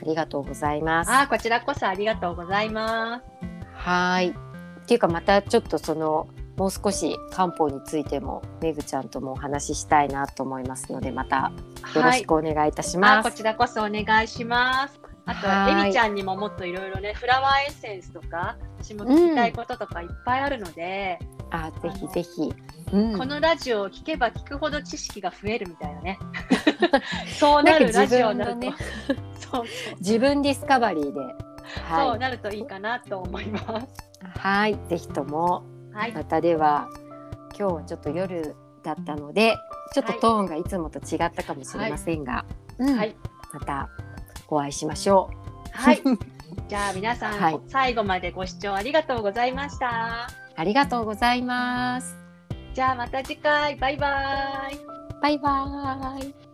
Speaker 1: ありがとうございます。
Speaker 2: あーこちらこそありがとうございます。
Speaker 1: はーい。っていうかまたちょっとそのもう少し漢方についてもめぐちゃんともお話ししたいなと思いますのでまたよろ
Speaker 2: は
Speaker 1: し
Speaker 2: い。
Speaker 1: くお願いいたし
Speaker 2: あ
Speaker 1: ま
Speaker 2: ーこ
Speaker 1: す。
Speaker 2: ちらこそお願いします。あと
Speaker 1: はーい
Speaker 2: えみちゃんにももっといろいろねフラワーエッセンスとか私も聞きたいこととかいっぱいあるので、
Speaker 1: あぜひぜひ。うん、
Speaker 2: このラジオを聞けば聞くほど知識が増えるみたい なね。そうなるラジオになると、
Speaker 1: なんか
Speaker 2: そう
Speaker 1: 自分ディスカバリーで。
Speaker 2: そう
Speaker 1: は
Speaker 2: なるといいかなと思います。
Speaker 1: い。はい。ぜひとも
Speaker 2: はい、
Speaker 1: またでは今日はちょっと夜だったのでちょっとトーンがいつもと違ったかもしれませんが、うん
Speaker 2: はい、
Speaker 1: またお会いしましょう。
Speaker 2: はい、じゃあ皆さん、
Speaker 1: はい
Speaker 2: 最後までご視聴ありがとうございました。
Speaker 1: ありがとうございます。
Speaker 2: じゃあまた次回、バイバイ。
Speaker 1: バイバーイ。